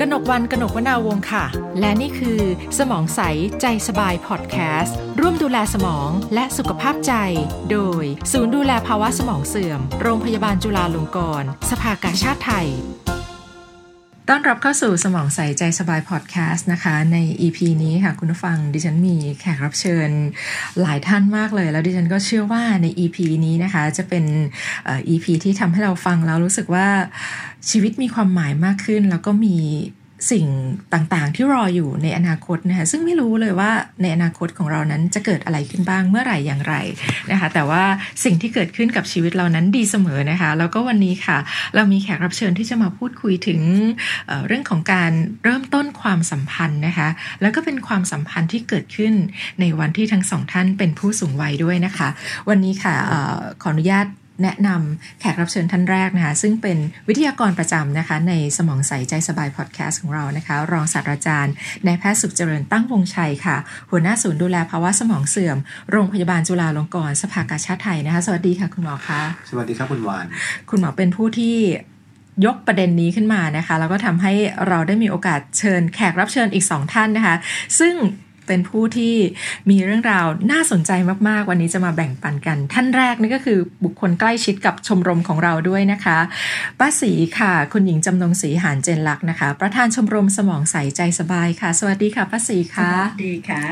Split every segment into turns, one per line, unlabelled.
กนกวันกนกวนาวงศ์ค่ะ และนี่คือ สมองใสใจสบายพอดแคสต์ร่วมดูแลสมองและสุขภาพใจ โดย ศูนย์ดูแลภาวะสมองเสื่อม โรงพยาบาลจุฬาลงกรณ์สภากาชาติไทย ต้อนรับเข้าสู่สมองใสใจสบายพอดแคสต์นะคะ ใน EP นี้ค่ะคุณผู้ฟังดิฉันมีแขกรับเชิญหลายท่านมากเลย แล้วดิฉันก็เชื่อว่าใน EP นี้นะคะ จะเป็นเอ่อ EP ที่ทำให้เราฟังแล้วรู้สึกว่าชีวิตมีความหมายมากขึ้น แล้วก็มีสิ่งต่างๆ ที่รออยู่ในอนาคตนะคะซึ่งไม่รู้เลยว่าในอนาคตของเรานั้นจะเกิดอะไรขึ้นบ้างเมื่อไหร่อย่างไรนะคะ แต่ว่าสิ่งที่เกิดขึ้นกับชีวิตเรานั้นดีเสมอนะคะ แล้วก็วันนี้ค่ะ เรามีแขกรับเชิญที่จะมาพูดคุยถึง เอ่อเรื่องของการเริ่มต้นความสัมพันธ์นะคะ แล้วก็เป็นความสัมพันธ์ที่เกิดขึ้นในวันที่ทั้งสองท่านเป็นผู้สูงวัยด้วยนะคะ วันนี้ค่ะเออขออนุญาตแนะนำแขกรับเชิญท่านแรกนะคะ ซึ่งเป็นวิทยากรประจำนะคะ ในสมองใสใจสบายพอดแคสต์ของเรานะคะ รองศาสตราจารย์นายแพทย์สุขเจริญตั้งวงชัยค่ะ หัวหน้าศูนย์ดูแลภาวะสมองเสื่อม โรงพยาบาลจุฬาลงกรณ์สภากาชาติไทยนะคะ สวัสดีค่ะคุณหมอคะ
สวัสดีครับคุณวาน
คุณหมอเป็นผู้ที่ยกประเด็นนี้ขึ้นมานะคะ แล้วก็ทำให้เราได้มีโอกาสเชิญแขกรับเชิญอีกสองท่านนะคะ ซึ่งเป็นผู้ที่มีเรื่องราวน่าสนใจมากๆ วันนี้จะมาแบ่งปันกัน ท่านแรกนี่ก็คือบุคคลใกล้ชิดกับชมรมของเราด้วยนะคะป้าศรีค่ะ คุณหญิงจำนงศรีหานเจนลักษณ์นะคะ ประธานชมรมสมองใสใจสบายค่ะ สวัสดีค่ะป้าศรีค่ะ
ดีค่ะ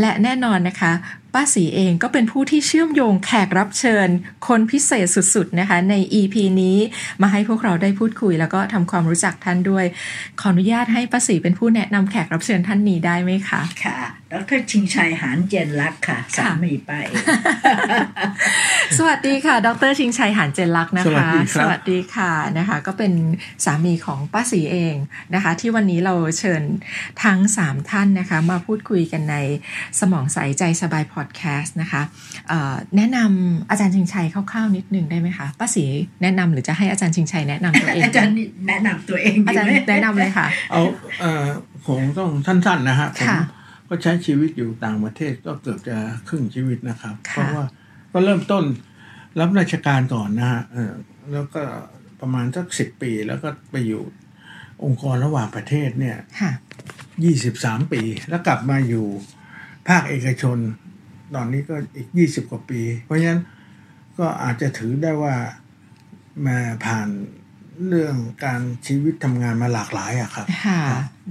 และแน่นอนนะคะ ป้าสีเองก็เป็นผู้ที่เชื่อมโยงแขกรับเชิญ คนพิเศษสุดๆนะคะ ใน EP นี้มาให้พวกเราได้พูดคุย แล้วก็ทำความรู้จักท่านด้วย ขออนุญาตให้ป้าสีเป็นผู้แนะนำแขกรับเชิญท่านนี้ได้ไหมคะ
ค่ะ ดรชิงชัยหานเจนรักค่ะ สามีป้าเอง
สวัสดีค่ะ ดรชิงชัยหานเจนลักษณ์นะคะ
สวัสดีครับ
สวัสดีค่ะนะคะ ก็เป็นสามีของป้าสีเองนะคะ ที่วันนี้เราเชิญทั้ง 3 ท่านนะคะ มาพูดคุยกันในสมองใสใจสบายพอดแคสต์นะคะเอ่อแนะนำอาจารย์ชิงชัยคร่าวๆนิดนึงได้ไหมคะป้าสีแนะนำหรือจะให้อาจารย์ชิงชัยแนะนำตัวเอง
อาจารย์แนะนำตัวเอง
อา
ดี
จาร
ไห
ย์
ม
แนะนำเลยค่ะ
เอาเออผมต้องสั้นๆนะฮะผม
ค่ะ
ก็ใช้ชีวิตอยู่ต่างประเทศก็เกือบจะครึ่งชีวิตนะครับ
ค่ะ
เพราะว่าก็เริ่มต้นรับราชการก่อนนะฮะเออแล้วก็ประมาณสักสิบปีแล้วก็ไปอยู่องค์กรระหว่างประเทศเนี่ย
ค่ะ
ยี่สิบสามปี แล้วกลับมาอยู่ภาคเอกชน ตอนนี้ก็อีกยี่สิบกว่าปี เพราะฉะนั้นก็อาจจะถือได้ว่ามาผ่านเรื่องการชีวิตทำงานมาหลากหลายอะครับ
ค่ะ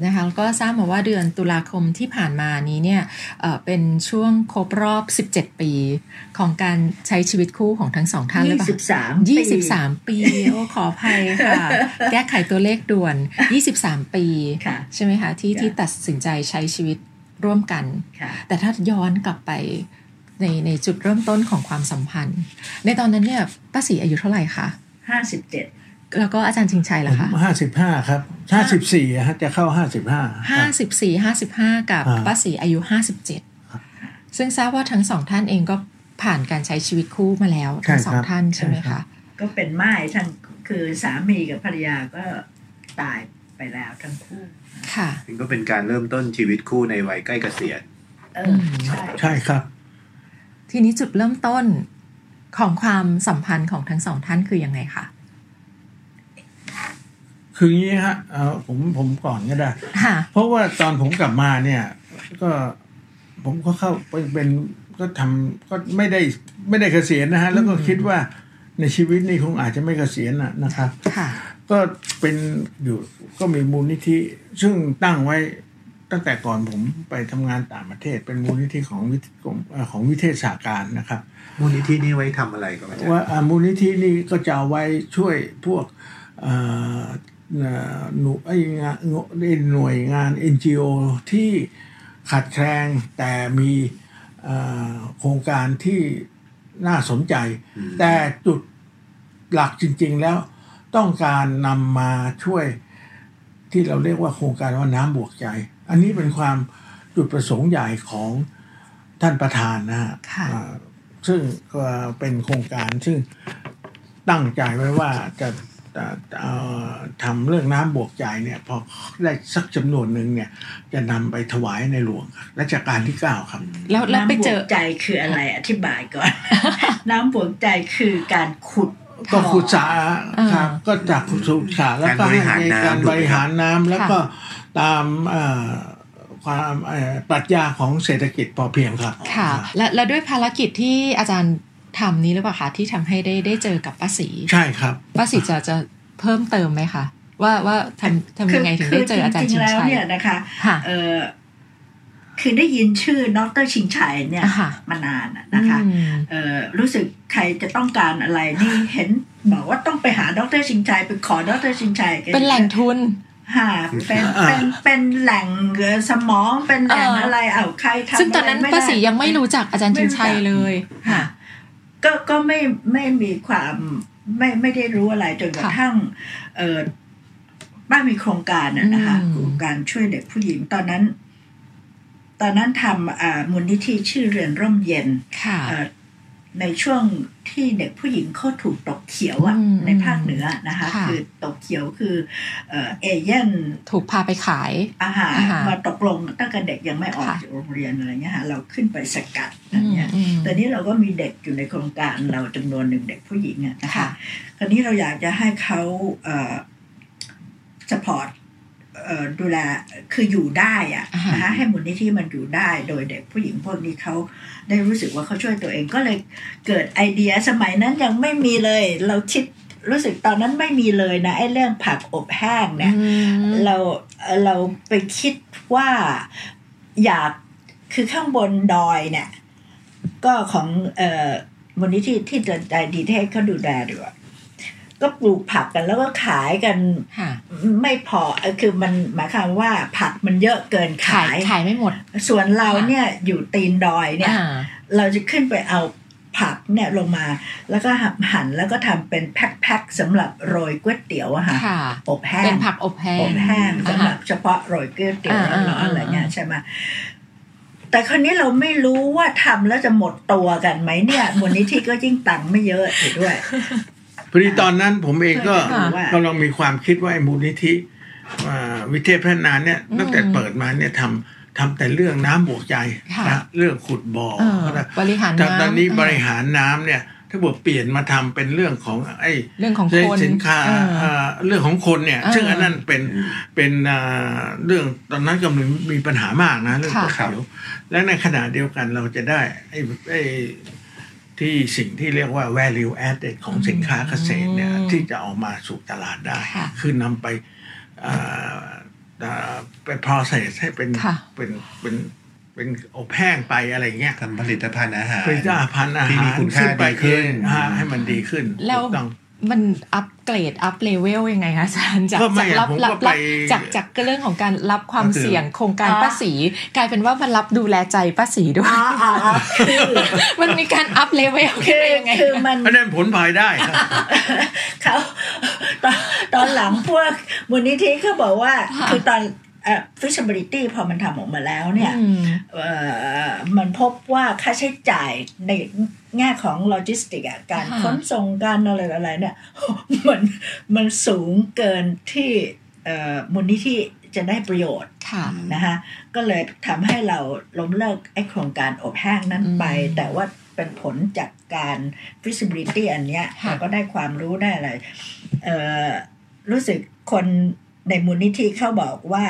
นะคะแล้วก็ทราบมาว่าเดือนตุลาคมที่ผ่านมานี้เนี่ยเอ่อเป็นช่วงครบรอบ 17 ปี ของการใช้ชีวิตคู่ของทั้งสองท่านหรือเป
ยี่
ล่า
สิบสาม
ยี่สิบสามปีโอ้ขออภัย ค่ะ แก้ไขตัวเลขด่วน 23 ปี
ค่ะ
ใช่ไหมคะ ที่
ค่ะ
ที่ตัดสินใจใช้ชีวิตร่วมกัน
ค่ะ
แต่ถ้าย้อนกลับไปในในจุดเริ่มต้นของความสัมพันธ์ ในตอนนั้นเนี่ยป้าศรีอายุเท่าไหร่คะ
ห้าสิบเจ็ด
แล้วก็อาจารย์ชิงชัย
ผ
ล่ะ
ม
คะ
ห้าสิบห้าครับห้าสิบสี่ฮะจะเข้าห้าสิบห้า
ห้าสิบสี่ห้าสิบห้ากับ
อ่า
ป้าศรีอายุห้าสิบเจ็ด
ครับ
ซึ่งทราบว่าทั้งสองท่านเองก็ผ่านการใช้ชีวิตคู่มาแล้ว ทั้งสอง
ใช่ครับ
ท่านใช่ไหม
ใช่ครั
คะ
บ
ก็เป็นไม้ทั้งคือสามีกับภรรยาก็ตายไปแล้วทั้งคู่
ค่ะ
มันก็เป็นการเริ่มต้นชีวิตคู่ในวัยใกล้เกษียณ
เอ
อื
อ
ม
ใช่
ใช่ครับ
ทีนี้จุดเริ่มต้นของความสัมพันธ์ของทั้งสองท่านคือยังไงคะ
คืออย่างนี้ฮะเอาผมผมก่อนก็ได้
ค่ะ
เพราะว่าตอนผมกลับมาเนี่ย ก็ผมก็เข้าไปเป็นก็ทำก็ไม่ได้ไม่ได้เกษียณนะฮะ แล้วก็
อืม
คิดว่าในชีวิตนี้คงอาจจะไม่เกษียณน่ะนะครับ
ค่ะ
ก็เป็นอยู่ก็มีมูลนิธิ ซึ่งตั้งไว้ตั้งแต่ก่อนผมไปทำงานต่างประเทศ เป็นมูลนิธิของวิทของวิเทศศาสตร์การนะครับ
มูลนิธินี้ไว้ทำอะไรครับอาจารย์
ว่าอ่ามูลนิธินี่ก็จะเอาไว้ช่วยพวกเอ่อเอ่อหนูไอ้งานงไอ้หน่วยงาน NGO ที่ขาดแคลนแต่มีเอ่อโครงการที่น่าสนใจ แต่จุดหลักจริง ๆ แล้วต้องการนำมาช่วยที่เราเรียกว่าโครงการว่าน้ำบวกใจ อันนี้เป็นความจุดประสงค์ใหญ่ของท่านประธานนะฮะ
ค่ะ
อ่าซึ่งก็เป็นโครงการซึ่งตั้งใจไว้ว่าจะจะจะเอ่อทำเรื่องน้ำบวกใจเนี่ยพอได้สักจำนวนหนึ่งเนี่ยจะนำไปถวายในหลวงรัชกาลที่ 9 ครับ
แล้วแล้วไปเจอ
น้ำบวกใจคืออะไรอธิบายก่อน น้ำบวกใจคือการขุด
ก็ขุดสระ
เออ
ครับก็จากขุดสระแล้วก็
การบริหาร
ให้
น้ำ
การ
ถูกไหมครับ
บริหารน้ำแล้ว
ค่ะ
ก็ตามเอ่อความเอ่อปรัชญาของเศรษฐกิจพอเพียงครับ
ค่ะ และและด้วยภารกิจที่อาจารย์ทำนี้หรือเปล่าคะที่ทำให้ได้ได้เจอกับป้าศรี
ใช่ครับ
ป้าศรีจะจะเพิ่มเติมไหมคะว่าว่าทำทำยังไงถึงได้เจออาจารย์
คื
ชิ
จ
ง
ริงๆแล้ว
ชัย
เนี่ยนะคะ
ค่ะ
เออคือได้ยินชื่อดรชิงชัยเนี่ย
อ่ะค่ะ
มานานอะนะคะ
อืม
เออรู้สึกใครจะต้องการอะไรนี่เห็นบอกว่าต้องไปหาดรชิงชัยไปขอดรชิงชัยกั
เป็นแหล่งทุน
ค่ะเป็น
อ่า
เป็นเป็นแหล่งเอ่อสมองเป็นแหล่ง
เอออ
อะไรเอาใครทำ
ซึ่งตอนนั้น
ะไรไม่
ป้า
ได้
ศรียังไม่รู้จักอาจารย์ชิงชัยเลยค่ะ
ก็ก็ไม่ไม่มีความไม่ไม่ได้รู้อะไรจนกระ
ค่ะ
ทั่งเออบ้านมีโครงการน่ะนะคะ
อืม
โครงการช่วยเด็กผู้หญิงตอนนั้น ตอนนั้นทำอ่ามูลนิธิชื่อเรือนร่มเย็น
ค่ะ
เอ่อในช่วงที่เด็กผู้หญิงเขาถูกตกเขียวอะ
อืม
ในภาคเหนือนะคะ
ค่ะ
คือตกเขียวคือเอ่อเอเย่น
ถูกพาไปขาย
อาหาร
อาหาร
มาตกลงตั้งแต่เด็กยังไม่ออก
ค่ะ
จากโรงเรียนอะไรเงี้ยค่ะเราขึ้นไปสกัดอันเนี้ย
อืม
แต่นี่เราก็มีเด็กอยู่ในโครงการเราจำนวนหนึ่งเด็กผู้หญิงอะนะคะ
ค่ะ
คราวนี้เราอยากจะให้เขาเอ่อสปอร์ตดูแลคืออยู่ได้อะ
อ่าฮะ
นะคะให้มูลนิธิมันอยู่ได้โดยเด็กผู้หญิงพวกนี้เขาได้รู้สึกว่าเขาช่วยตัวเองก็เลยเกิดไอเดียสมัยนั้นยังไม่มีเลย เราคิดรู้สึกตอนนั้นไม่มีเลยนะไอ้เรื่องผักอบแห้งเนี่ย
อืม
เราเอ่อเราไปคิดว่าอยากคือข้างบนดอยเนี่ย ก็ของเอ่อมูลนิธิที่จะใจดีเทศเขาดูแลดีกว่าก็ปลูกผักกันแล้วก็ขายกัน
ค่ะ
ไม่พอเอ่อคือมันหมายความว่าผักมันเยอะเกิน
ขาย
ขาย
ขายไม่หมด
ส่วนเราเนี่ยอยู่ตีนดอยเนี่ย
อ่า
เราจะขึ้นไปเอาผักเนี่ยลงมา แล้วก็หั่นแล้วก็ทำเป็นแพ็คๆสำหรับโรยก๋วยเตี๋ยวอะค่ะ
ค่ะ
อบแห้ง
เป็นผักอบแห้
อง บแห้ง
อ่า
สำหรับเฉพาะโรยเกลือเตี๋ยว
อ่า
ร้อนๆอะไรเงี้ย
อ่า
ใช่ไหมแต่คนนี้เราไม่รู้ว่าทำแล้วจะหมดตัวกันไหม เนี่ยมูลนิธิก็ยิ่งตังค์ไม่เยอะอยู่ด้วย
พอดีตอนนั้นผมเองก็
ค่ะ
กำลังมีความคิดว่าไอ้มูลนิธิอ่าวิเทศพัฒนาเนี่ย
อืม
ตั้งแต่เปิดมาเนี่ยทำทำแต่เรื่องน้ำบวกใจ
ค่ะ
นะเรื่องขุดบ่อ
เออ
นะ
บริหาร
แต่ตอนนี้
ำ
บริหารน้ำเนี่ย ถ้าบอกเปลี่ยนมาทำเป็นเรื่องของไอ้
เรื่องของคน
สินค้า
เออ
อ่าเรื่องของคนเนี่ย
เออ
ซึ่งอันนั้นเป็นเป็นอ่าเรื่องตอนนั้นกำลังมีปัญหามากนะเรื่อง
ค่ะ
กระเขียวและในขณะเดียวกันเราจะได้ไอ้ไอ้ ที่สิ่งที่เรียกว่า value added ของสินค้าเกษตรเนี่ย
อืม
ที่จะเออกมาสู่ตลาดได้
ค่ะ
คือนำไปเอ่อเอ่อไป process ให้เป็น
ค่ะ
เป็นเป็นเป็นอบแห้งไปอะไรเงี้ย
ทำผลิตภัณฑ์อาหาร
เป็นอาพันธ์อา
ที่
หา
มี
ร
คุณค่า
ขึ้นไป
ดีขึ้น
เองฮะให้มันดีขึ้น
แล้ว
ถูกต้อง
มันอัปเกรดอัปเลเวลยังไงคะอาจารย์จาก
ก็ไม่
จาก
อะ
รับ
ผม
รับ
ก็ไป
รับจากจากเรื่องของการรับความเสี่ยงโครงการ
อ่า
ป้าสีกลายเป็นว่ามันรับดูแลใจป้าสีด้วย
อ๋ออ๋ออ๋อคือ
มันมีการอัปเลเวลขึ้
คื
นมา
อ
ยังไง
คือมัน
อันนั้นผลพลอยได้ครับ
เขาตอนตอนหลังพวกมูลนิธิเขาบอกว่า คือตอนเอ่อ feasibility พอมันทำออกมาแล้วเนี่ย
อืม
เอ่อมันพบว่าค่าใช้จ่ายในแง่ของโลจิสติกอะการ
ค่ะ
ขนส่งการอะไรอะไรเนี่ย มันมันสูงเกินที่เอ่อมูลนิธิจะได้ประโยชน์
ค่ะ
นะคะก็เลยทำให้เราล้มเลิกไอโครงการอบแห้งนั้นไป
อืม
แต่ว่าเป็นผลจากการ feasibility อันเนี้ย
ค่ะ
เราก็ได้ความรู้ได้อะไรเอ่อรู้สึกคนในมูลนิธิเขาบอกว่า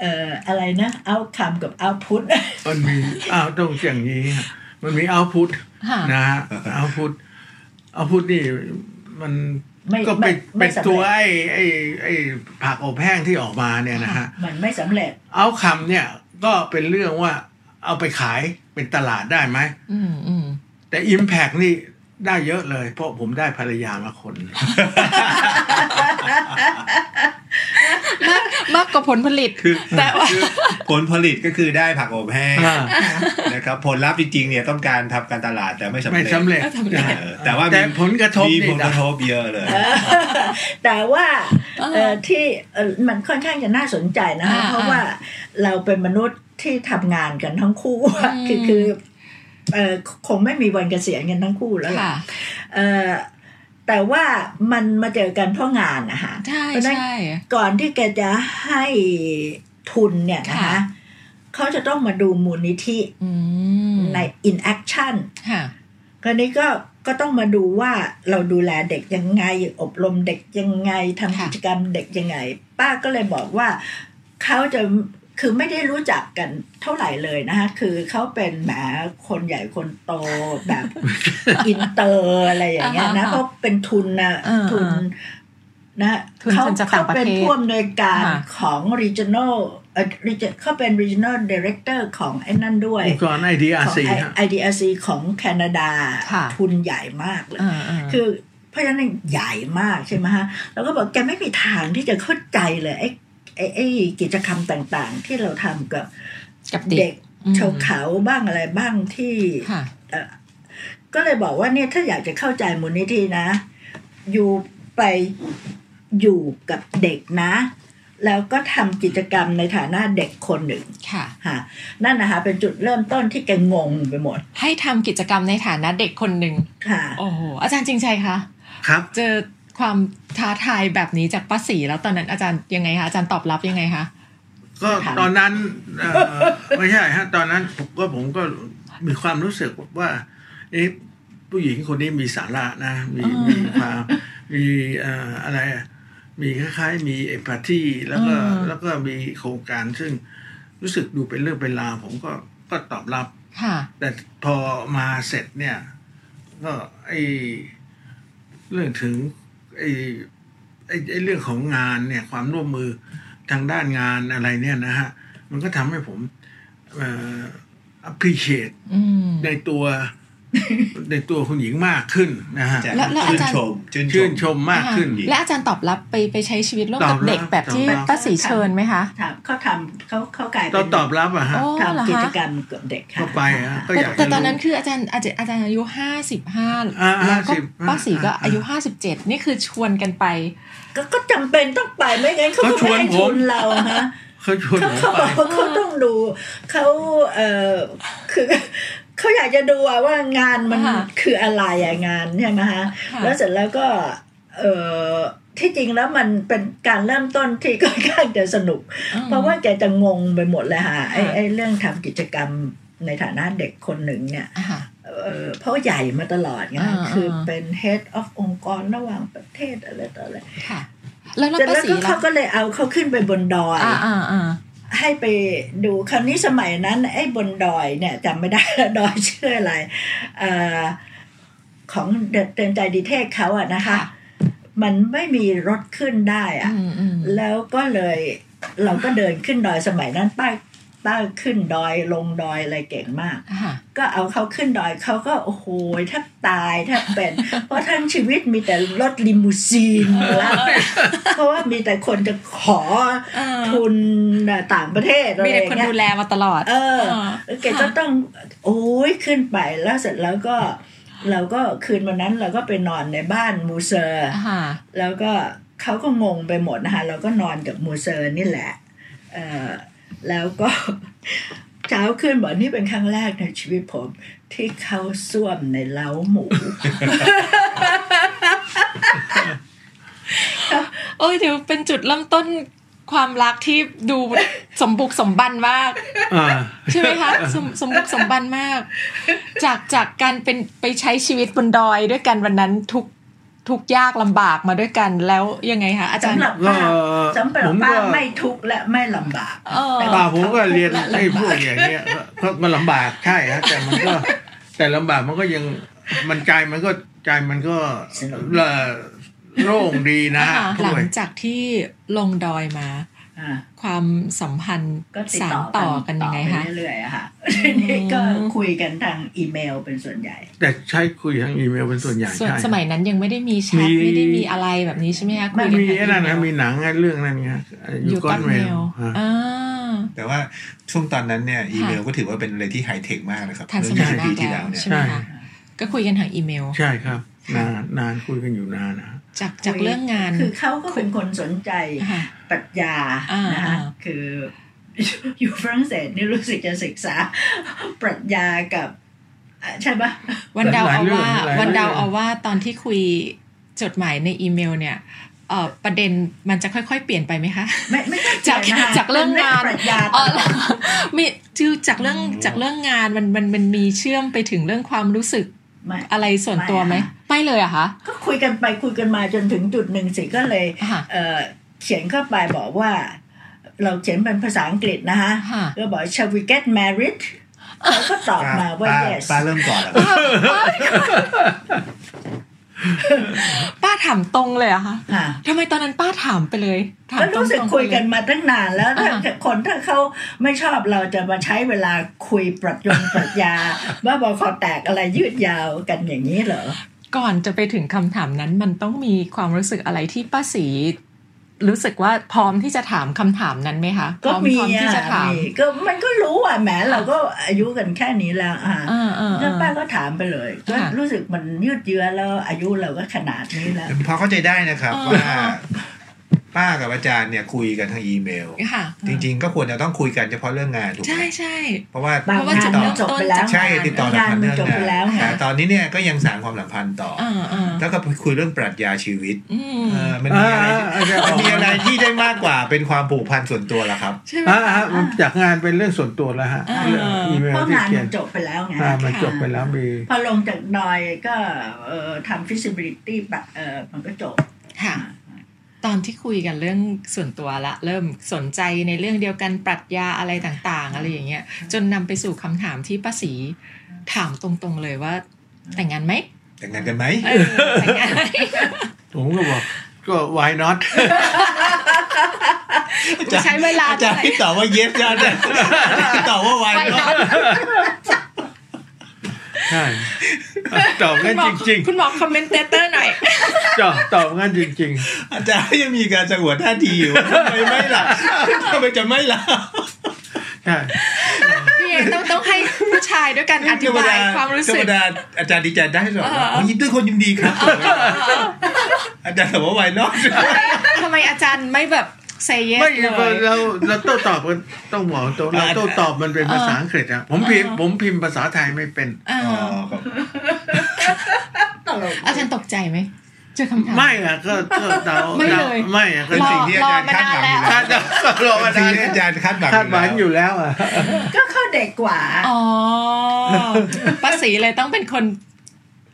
เอ่ออะไรนะ outcome กับ output
มันมีอ้าวต้องอย่างนี้ฮะมันมี output
ค่ะ
นะฮะ output output นี่มัน
ไม่
ก็เป็น
ไม่
เป็น
ไม่สำร็จ
ตัวไอ้ไอ้ไอ้ผักอบแห้งที่ออกมาเนี่ยนะฮะ
มันไม่สำเร็จ
เอาคำเนี่ยก็เป็นเรื่องว่าเอาไปขายเป็นตลาดได้ไหม
อืมอืม
แต่ Impact นี่ได้เยอะเลย เพราะผมได้ภรรยามาคน
มากกว่าผลผลิต
คือ
แต่ว่า
คือผลผลิตก็คือได้ผักอบแห้ง
อ่า
นะครับผลลัพธ์จริงๆเนี่ยต้องการทำการตลาดแต่ไม่สำ
ไม่
เร็จ
สำเร็จ
ไม่สำเร็จ
เออแต่ว่า
แต่
มี
ผลกระทบ
มีผ
นี่
ลก
นะ
ระทบเยอะเลย
แต่ว่า
เออ
เอ่อที่เอ่อมันค่อนข้างจะน่าสนใจนะคะ
อ่า
เพราะว่าเราเป็นมนุษย์ที่ทำงานกันทั้งคู่อะ
อืม
คือคือเอ่อคงไม่มีวันเกษียณกันทั้งคู่แล้วล่ะ
ค่ะ
เอ่อแต่ว่ามันมาเจอกันเพราะงานนะคะ
ใช่
เพราะฉะนั้น
ใช่
ก่อนที่แกจะให้ทุนเนี่ยนะคะ
ค่ะ
เขาจะต้องมาดูมูลนิธิ
อืม
ใน in action
ค่ะ
คราวนี้ก็ ก็ต้องมาดูว่าเราดูแลเด็กยังไง อบรมเด็กยังไงทำ
ค่ะ
กิจกรรมเด็กยังไง ป้าก็เลยบอกว่าเขาจะคือไม่ได้รู้จักกันเท่าไหร่เลยนะคะคือเขาเป็นแหมคนใหญ่คนโตแบบ อินเตอร์อะไรอย่างเงี้ยนะ
อ่าฮะ
เขาเป็นทุนนะ
อ่า
ทุนนะ
ทุน
เขา
ทุนจาก
เขา
ต่างประเทศ
เป็นผู้อำนวยการ
อ่า
ของ regional เอ่อ region- เขาเป็น regional director ของไอ้นั่นด้วย
องค์กรไอดีอา
ของ
ซี
IDRC ของแคนาดา
ค่ะ
ทุนใหญ่มากเลย
อ่าๆ
คือเพราะฉะนั้นใหญ่มากใช่ไหมฮะแล้วก็บอกแกไม่มีทางที่จะเข้าใจเลยไอ้ไอ้ไอ้กิจกรรมต่างๆ ที่เราทำกับ
กับเด็ก
เด็ก
อืม
ชาวเขาบ้างอะไรบ้างที่
ค่ะ
เอ่อก็เลยบอกว่าเนี่ยถ้าอยากจะเข้าใจมูลนิธินะ อยู่ไปอยู่กับเด็กนะ แล้วก็ทำกิจกรรมในฐานะเด็กคนหนึ่ง
ค่ะ
ค่ะนั่นนะคะเป็นจุดเริ่มต้นที่แกงงไปหมด
ให้ทำกิจกรรมในฐานะเด็กคนหนึ่ง
ค่ะ
โอ้โห อาจารย์จริงชัยคะ
ครับ
เจอความท้าทายแบบนี้จากป้าศรีแล้วตอนนั้นอาจารย์ยังไงคะ อาจารย์ตอบรับยังไงคะ
ก็
ค่ะ
ตอนนั้นเอ่อไม่ใช่ฮะตอนนั้นผมก็ผมก็มีความรู้สึกว่า เอ๊ะผู้หญิงคนนี้มีสาระนะ มี
อ่ามี
มีความมีเอ่ออะไรอะมีคล้ายๆ มีเอ a t ธีแล้วก็
อ่า
แล้วก็มีโครงการซึ่งรู้สึกดูเป็นเรื่องเป็นราวผมก็ก็ตอบรับ
ค่ะ
แต่พอมาเสร็จเนี่ย ก็ไอเรื่องถึงไอไอไอเรื่องของงานเนี่ย ความร่วมมือทางด้านงานอะไรเนี่ยนะฮะ มันก็ทำให้ผมเอ่อ appreciate
อืม
ในตัว ในตัวคุณหญิงมากขึ้นนะฮะ
ใช่
แล้วแล้วอา
ชื่น
จารย์
ชมชื่นช
ชื่น
ม
ชมมากขึ้น
และอาจารย์ตอบรับไปไปใช้ชีวิตร่วม
ต
กั
อ
บบ
รับ
เด็กแบบที่
ตอบรับ
ป้าศรีเชิญไหมคะ
ถามเขาทำเขาเขากลาย
ต
เป็
อน
น
ตอบรับอะฮะ
โอ้เหรอ
ทำกิจ
คะ
กรรมกับเด็กค่ะ
ก็ไปฮะก็
แต่
อยากจะ
แต่ตอนนั้นคืออาจารย์อาจารย์อาจารย์อายุห้าสิบห้า
อ่า
แล้วก็
55
ป้าศรีก็
อ่า
อายุห้าสิบเจ็ดนี่คือชวนกันไป
ก็ก็จำเป็นต้องไปไม่งั้นเขา
เขา
ก็
ชว
ไม่
น
ให้
ผม
ทุนเราฮะ
เขาชวน
เขา
ผม
เขาบอก
ไป
ว่าเขาต้องดูเขาเออคือเขาอยากจะดูอะว่างานมัน
ค่ะ
คืออะไรอะงานใช่ไหมฮะ
ค่ะ
แล้วเสร็จแล้วก็เออที่จริงแล้วมันเป็นการเริ่มต้นที่ค่อนข้างจะสนุก
อืม
เพราะว่าแกจะงงไปหมดเลยค่ะไอ้
ค่ะ
ไอ้เรื่องทำกิจกรรมในฐานะเด็กคนหนึ่งเนี่ย
อ่าค่ะ
เอ่อเพราะใหญ่มาตลอดไง
อ่า
คืออา เป็น head of องค์กรระหว่างประเทศอะไรต่ออะไร
ค่ะ แล้วแล้ว
เสร็
ป้าศรี
จแล้วก็
ล่ะ
เขาก็เลยเอาเขาขึ้นไปบนดอย
อ่าอ่าอ่า
ให้ไปดูคราวนี้สมัยนั้น ไอ้บนดอยเนี่ยจำไม่ได้ ดอยชื่ออะไร เอ่อของเดินเตือนใจดีเทศเขาอะนะคะ
ค่ะ
มันไม่มีรถขึ้นได้อะ
อืมอืม
แล้วก็เลยเราก็เดินขึ้นดอยสมัยนั้นป้าป้าขึ้นดอยลงดอยอะไรเก่งมาก
ค่ะ
ก็เอาเขาขึ้นดอยเขาก็โอ้โหแทบตายแทบเป็น เพราะทั้งชีวิตมีแต่รถลิมูซี นแล้วเพราะว่ามีแต่คนจะขอ
เออ
ทุนต่างประเทศอะไร
มี
อ
แต่คน
ย่างเงี้
ดู
ย
แลมาตลอด
เออแล้วแกก็ต้องโอ้ยขึ้นไปแล้วเสร็จแล้วก็ เราก็คืนวันนั้นเราก็ไปนอนในบ้านมูเซอร์
ค่ะ
แล้วก็เขาก็งงไปหมดนะคะเราก็นอนกับมูเซอร์นี่แหละเอ่อแล้วก็ เช้าขึ้นบอกนี่เป็นครั้งแรกในชีวิตผม ที่เขาส้วมในเล้าหมู
โอ้ยถือเป็นจุดเริ่มต้นความรักที่ดูสมบุกสมบันมาก
อ่า
ใช่ไหมคะสมสมบุกสมบันมาก จากจากการเป็นไปใช้ชีวิตบนดอยด้วยกันวันนั้นทุกทุกยากลำบากมาด้วยกันแล้วยังไงคะอาจารย์
สำหรับป้า
เอ่อ
สำหรับ
ผมก็
ป้าไม่ทุกข์และไม่ลำบาก
เออ
ป่าผมก็เรียนไอ้พวกอย่างเงี้ยก็มันลำบากใช่ฮะแต่มันก็ แต่ลำบากมันก็ยังมันใจมันก็ใจมันก็เอ่อโล่งดีนะ
อ่า
ฮะ
หลั
ด้วย
งจากที่ลงดอยมา
อ่า
ความสัมพันธ์
ก็ติด
สาน
ต่อ
ต่อกันยังไง
ต่อ
คะ
ปเรื่อยๆอะค่ะ
อืม
นี่ก็คุยกันทางอีเมลเป็นส่วนใหญ่
แต่ใช้คุยทางอีเมลเป็นส่วนใหญ่
ส่วน
ใช่
สมัยนั้นยังไม่ได้มีแชท
มี
ไม่ได้มีอะไรแบบนี้ใช่ไหมคะคุยกัทาง
มีไอ้นั่น
อี
นะ
เมล
มีหนังไอ้เรื่องนั้นไงอยู่ก้อนเมลฮะ
อ่า
แต่ว่าช่วงตอนนั้นเนี่ยอีเมลก็ถือว่าเป็นอะไรที่ไฮเทคมากนะครับ
ทันส
เมื่อ
มัยมา
20ปี
ก
ที่
แล้
แล้ววเนี่ย
ใช่ไหม
ใช่
คะก็คุยกันทางอีเมล
ใช่ครับ นานนานคุยกันอยู่นานนะ
จากจากเรื่องงาน
คือเขาก็เป็นคนสนใจ
ค่ะ
ปรัชญา
อ่า
นะคะ
อ่า
คือ อยู่ฝรั่งเศสนี่รู้สึกจะศึกษา ปรัชญากับอ่ะใช่ปะ
วันเดาเอาว่าวันเดาเอาว่าตอนที่คุยจดหมายในอีเมลเนี่ยเอ่อประเด็นมันจะค่อยๆ เปลี่ยนไปไหมคะ
ไม่ไม่ใช่
จาก
นะคะ
จากเรื่องงาน
ป็ปรัชญา
อ๋อเหรอมีคือจากเรื่องจากเรื่องงานมันมันมันมีเชื่อมไปถึงเรื่องความรู้สึก
ไม่
อะไรส่วนตัวไหม
ไม่อะ
ไม่เลยเหรอะคะ
ก็คุยกันไปคุยกันมาจนถึงจุดหนึ่งสิก็เลย
ค่ะ
เอ่อเขียนเข้าไปบอกว่า เราเขียนเป็นภาษาอังกฤษนะคะ
ค่ะ
ก็บอก shall we get married เขาก็ตอบมาว่า
ป้า
yes
ป้าเริ่มก่อนเหรอ
ป้าถามตรงเลยเหรอะคะ
ค่ะ
ทำไมตอนนั้นป้าถามไปเลยถาม
ก็รู้สึก
ตงๆ
คุยกัน
ไปเล
มาตั้งนานแล้วถ้า
อ่าฮะ
คนถ้าเขาไม่ชอบเราจะมาใช้เวลาคุยปรัชญงปรัช ญา ว่าบอคอแตกอะไรยืดยาวกันอย่างนี้เหรอ
ก่อนจะไปถึงคำถามนั้น มันต้องมีความรู้สึกอะไรที่ป้าสีรู้สึกว่าพร้อมที่จะถามคำถามนั้นไหมคะ
ก็
พร้อ
มี
พร้อมที่จะถาม
มีก็มันก็รู้อ่ะแหมเราก็อายุกันแค่นี้แล้วอ่ะ
อ่าอ่า
ก็
อ่า
ป้าก็ถามไปเลยก็
ค่ะ
รู้สึกมันยืดเยื้อแล้วอายุเราก็ขนาดนี้แล้ว
พอเข้าใจได้นะครับ
เออ
ว่า ป้ากับอาจารย์เนี่ยคุยกันทางอีเมล
ค่ะ
จริง ๆ ก็ควรจะต้องคุยกันเฉพาะเรื่องงานถูกไห
ใช่
ม
ใช่
เพราะว่า
บาง
เพระว่
งาน
ติดต่อ
มันจบไปแล้ว
ใช่ติดต่อสัม
งาน
พันธ์
มัน
เรื่อง
จบไปแล้ว
งาน
ไง
แต่ตอนนี้เนี่ยก็ยังสานความสัมพันธ์ต่ออ
อ่าอ่า
แล้วก็ไปคุยเรื่องปรัชญาชีวิต
อืม
เออมันมีอะไรที่
าาจารย์
มันมีอะไรที่ได้มากกว่าเป็นความผูกพันส่วนตัวล่ะครับ
ใช่ไหม
อ่าฮะมันจากงานเป็นเรื่องส่วนตัวแล้วฮะ
อ่า
เรื่องอีเมล
เพราะ
ที่
งาน
เขีย
มัน นจบไปแล้วไง
อ่ามัน
ค่ะ
จบไปแล้วมี
พอลงจากดอยก็เอ่อทำ feasibility ปะเอ่อมันก็จบ
ค่ะ ตอนที่คุยกันเรื่องส่วนตัวละ เริ่มสนใจในเรื่องเดียวกันปรัชญาอะไรต่างๆ อะไรอย่างเงี้ย จนนำไปสู่คำถามที่ป้าสีถามตรงๆเลยว่า แต่งงานไหม
แต่งงานกันไหม
เออแต่งงานไหม
ผมก็บอกก็ why not
ใช้เวลา
อาจา
เท่ารไหร่
ย์ที่ตอบว่าเย็บ จ้าจ้ะตอบว่าไว
ไปน
เนอะ
อน
ใช่ตอบงั้นจริง
คุณหมอคอมเมนเตเตอร์หน่อย
ๆจอบตอบงั้นจริง
อาจารย์ยังมีการสงวนท่าทีอยู่ทำไมไม่ล่ะ ทำไมจะไม่ล่ะ
ๆ ใช่
พี่เอต้องต้องให้ผู้ชายด้วยกันอธิบายความรู้สึ
ธร
ก
รมดาอาจารย์ดีใจได้หรอ
เออ
โอ้ยด้วยคนยินดีครับ อาจารย์ตอบว่าไวเนอะ
ทำไมอาจารย์ไม่แบบเซเยส
ไม่
เล
เรา
ย
เราเราโต้ตอบกันต้องหมอกตรงเราโต้ตอบมันเป็นภาษาอังกฤษอะผมพิมพ์ผมพิมพ์ภาษาไทยไม่เป็น
อ่า
อ๋อครับ
ตลก
อาจารย์ตกใจไหมเจอคำถาม
ไม่อะก็ก็เรา
ไม่เลย
ราไม่อะก็
เป็นสิ่งที่อาจารย์คาดหวังอยู่
ถ้า
แล้ว
จะรอ
เป็
มาน
สิ่
นาง น
ที่อาจารย์คาดหวัง
คาดหวังอยู่แล้วอะ
ก็เข้าเด็กกว่า
อ๋อป้าศรีเลยต้องเป็นคน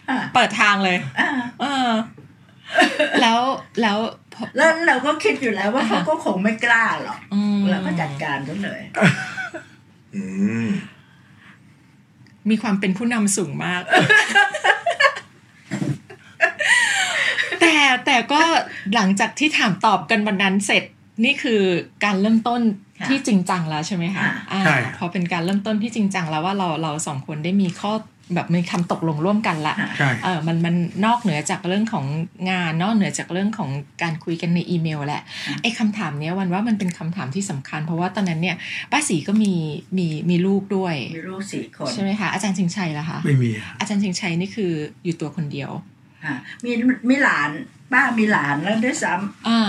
อ่ะ
เปิดทางเลย
อ่ะ
เออ แล้วแล้วพอ
แล้วเราก็คิดอยู่แล้วว่าเขาก็คงไม่กล้าหรอก
อืม
เราก็จัดการซะเลย
อืม
มีความเป็นผู้นำสูงมาก แต่แต่ก็หลังจากที่ถามตอบกันวันนั้นเสร็จนี่คือการเริ่มต้นที่จริงจังแล้วใช่ไหมคะอ่า
ใช่
พอเป็นการเริ่มต้นที่จริงจังแล้วว่าเราเราสองคนได้มีข้อแบบมีคำตกลงร่วมกันละ
ใช่
เออมันมันนอกเหนือจากเรื่องของงาน นอกเหนือจากเรื่องของการคุยกันในอีเมลแหละ ไอ้คำถามเนี้ยวันว่ามันเป็นคำถามที่สำคัญ เพราะว่าตอนนั้นเนี่ยป้าสีก็มีมีมีลูกด้วย
มีลูกสี่คน
ใช่ไหมคะ อาจารย์ชิงชัยล่ะคะ
ไม่มีอะ
อาจารย์ชิงชัยนี่คืออยู่ตัวคนเดียว
อ่ะมีมีหลานป้ามีหลานแล้วด้วยซ้ำ
อ่า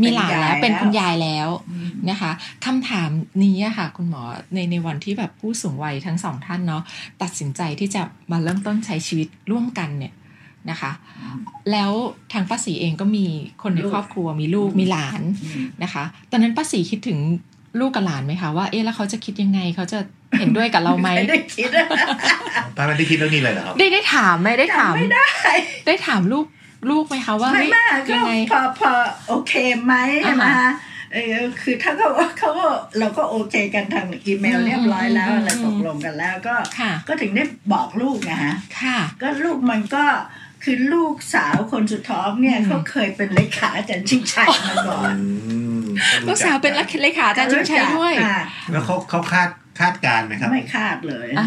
มีหลานแล้ว
เป็
เป็น
น
คุ
คุณ
ยาย
ณาย ยแล้
แล้ว
ว
นะคะคำถามนี้อะค่ะ คุณหมอในในวันที่แบบผู้สูงวัยทั้งสองท่านเนาะตัดสินใจที่จะมาเริ่มต้นใช้ชีวิตร่วมกันเนี่ยนะคะ แล้วทางป้าสีเองก็มีคนใน
ลูก
ครอบครัวมีลูกมีหลาน
อืม
นะคะ ตอนนั้นป้าสีคิดถึงลูกกับหลานไหมคะว่าเอ๊ะแล้วเขาจะคิดยังไงเขาจะเห็นด้วยกับเรา ไหม
ไม่ได้คิดอะ
ป้าไม่ได้คิดเรื่องนี้เลยเหรอครับ
ได้ได้ถามไหมได้ถาม
จำไม่ได้
ได้ถามลูกลูกไหมคะว่า
ไม่
เฮ้ย
มากก็
ยังไง
พอพอโอเคไหม
อ่าฮะ
นะคะเออคือถ้าเขาเขาก็เราก็โอเคกันทางอีเมล
อืม
เรียบร้อยแล้ว
อืม
อะไร
อืม
ตกลงกันแล้วก็
ค่ะ
ก็ถึงได้บอกลูกนะฮะ
ค่ะ
ก็ลูกมันก็คือลูกสาวคนสุดท้องเนี่ย
อืม
เขาเคยเป็นเลขาอาจารย์ชิงชัยมาก่อน
อืมรู้จั
ลูกสาวเป็นเลขาอาจารย์ชิงชัยด้วย
อ่ะ
แล้วเขาเขาคาดคาดการณ์ไหมครับ
ไม่คาดเลย
อ่า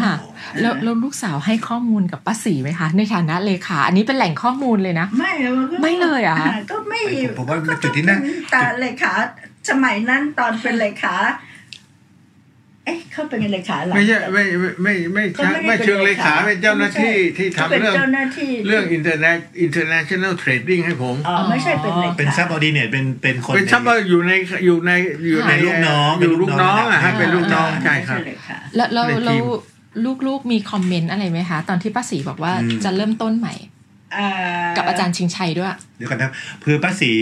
แล้วแล้วลูกสาวให้ข้อมูลกับป้าสีไหมคะ ในฐานะเลขา อันนี้เป็นแหล่งข้อมูลเลยนะ
ไม่นก็
ไม่เลยเหรอคะ
าก็ไม่
ผมผมว่ามันจุดที่น่า
ตาเลขาสมัยนั้นตอนเป็นเลขา เอ๊ะเขาเป็นเลขาหลัง
ไม่ใช่ไม่ไม่ไม่ไม่
ก็ไม่ได้
ไม่เชิงเลขา
เป็นเลขา
เป็นเจ้าหน้าที่
ไม่ใช่
ที่
เขาเป็น
ทำเรื่อง
เจ้าหน้าที่
เรื่อง internet international trading ให้ผม
อ๋อไม่ใช่เป็นเลขา
เป็นซับออดีเนตเป็นเป็นคน
เป็น
ใน
ชับว่าอยู่ในอยู่ในอยู่ใน
เป็นลูกน้อง
อยู่ลูกน้องอ่ะฮะ
เป็
เป็น
นลู
ลูก
กน้
น้อ
อง ง
ใช่ครับ
เลยค่ะ
แล้วแล้ว
ในทีม
แล้วลูกๆมีคอมเมนต์อะไรไหมคะ ตอนที่ป้าสีบอกว่า
อืม
จะเริ่มต้นใหม่
เอ่
กับอาจารย์ชิงชัยด้วย
เดี๋ยวกันนะครับเพื่อป้าศรี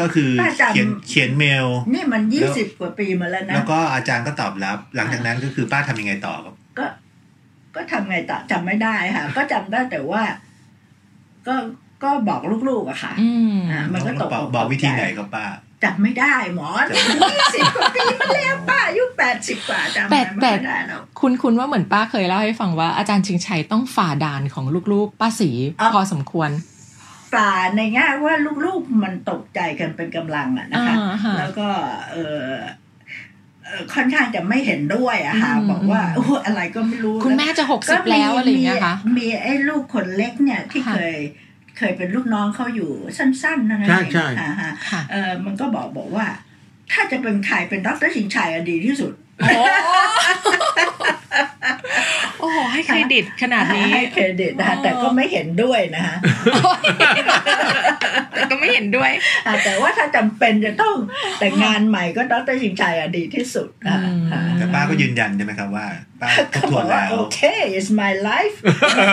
ก็คือเขียนเขียนเมล
นี่มัน
แล้
ยี่
ว
สิบกว่าปีมาแล้วนะ
แล้วก็อาจารย์ก็ตอบรับ หลังจากนั้นก็คือป้าทำยังไงต่อครับ
ก็ ก็ทำไงต่อจำไม่ได้ ค่ะ ก็จำได้แต่ว่า ก็ก็บอกลูกๆอะค่ะ
อืม
อ่ามันก็ตก
บอกบอกวิธีไหนครับป้า
จำไม่ได้หมอ
จำไม่ได้
ยี่สิบกว่าปีมาแล้วป้าอายุแปดสิบกว่าจำอะไรไม่ได้แล้ว
คุณคุณว่าเหมือนป้าเคยเล่าให้ฟังว่าอาจารย์ชิงชัยต้องฝ่าด่านของลูกๆ ป้าสี
อ่ะ
พอสมควร
ป่าในแง่ว่าลูกๆมันตกใจกันเป็นกำลังอะนะคะ
อ่าฮะ
แล้วก็เออเอ่อค่อนข้างจะไม่เห็นด้วยอะค่ะ
อืม
บอกว่าอู้อะไรก็ไม่รู้
คุณแม่จะหกสิบ
ก็มี
แล้วอะไรอย่างเงี้ยค่ะ
มีมีไอ้ลูกคนเล็กเนี่ยที่
ค่ะ
เคยเคยเป็นลูกน้องเขาอยู่สั้นๆนั่นเอง
ใช่ใช่
อ่าฮะ
ค่ะ
เออมันก็บอกบอกว่า ถ้าจะเป็นใครเป็นดรชิงชัยอะดีที่สุด
โอ้ โอ้โหให้เครดิตขนาดนี้
ให้เครดิตนะคะแต่ก็ไม่เห็นด้วยนะคะ
แต่ก็ไม่เห็นด้วย
อ่ะแต่ว่าถ้าจำเป็นจะต้อง แต่งงานใหม่ก็ดรชิงชัยอะดีที่สุดอ่ะ
อืม
อ่ะ
แต่ป้าก็ยืนยันใช่ไหมครับว่า ป้าทบ
เขา
ท
บ
ว
อน ก
แล้
ว่า
ว
โอเค it's my life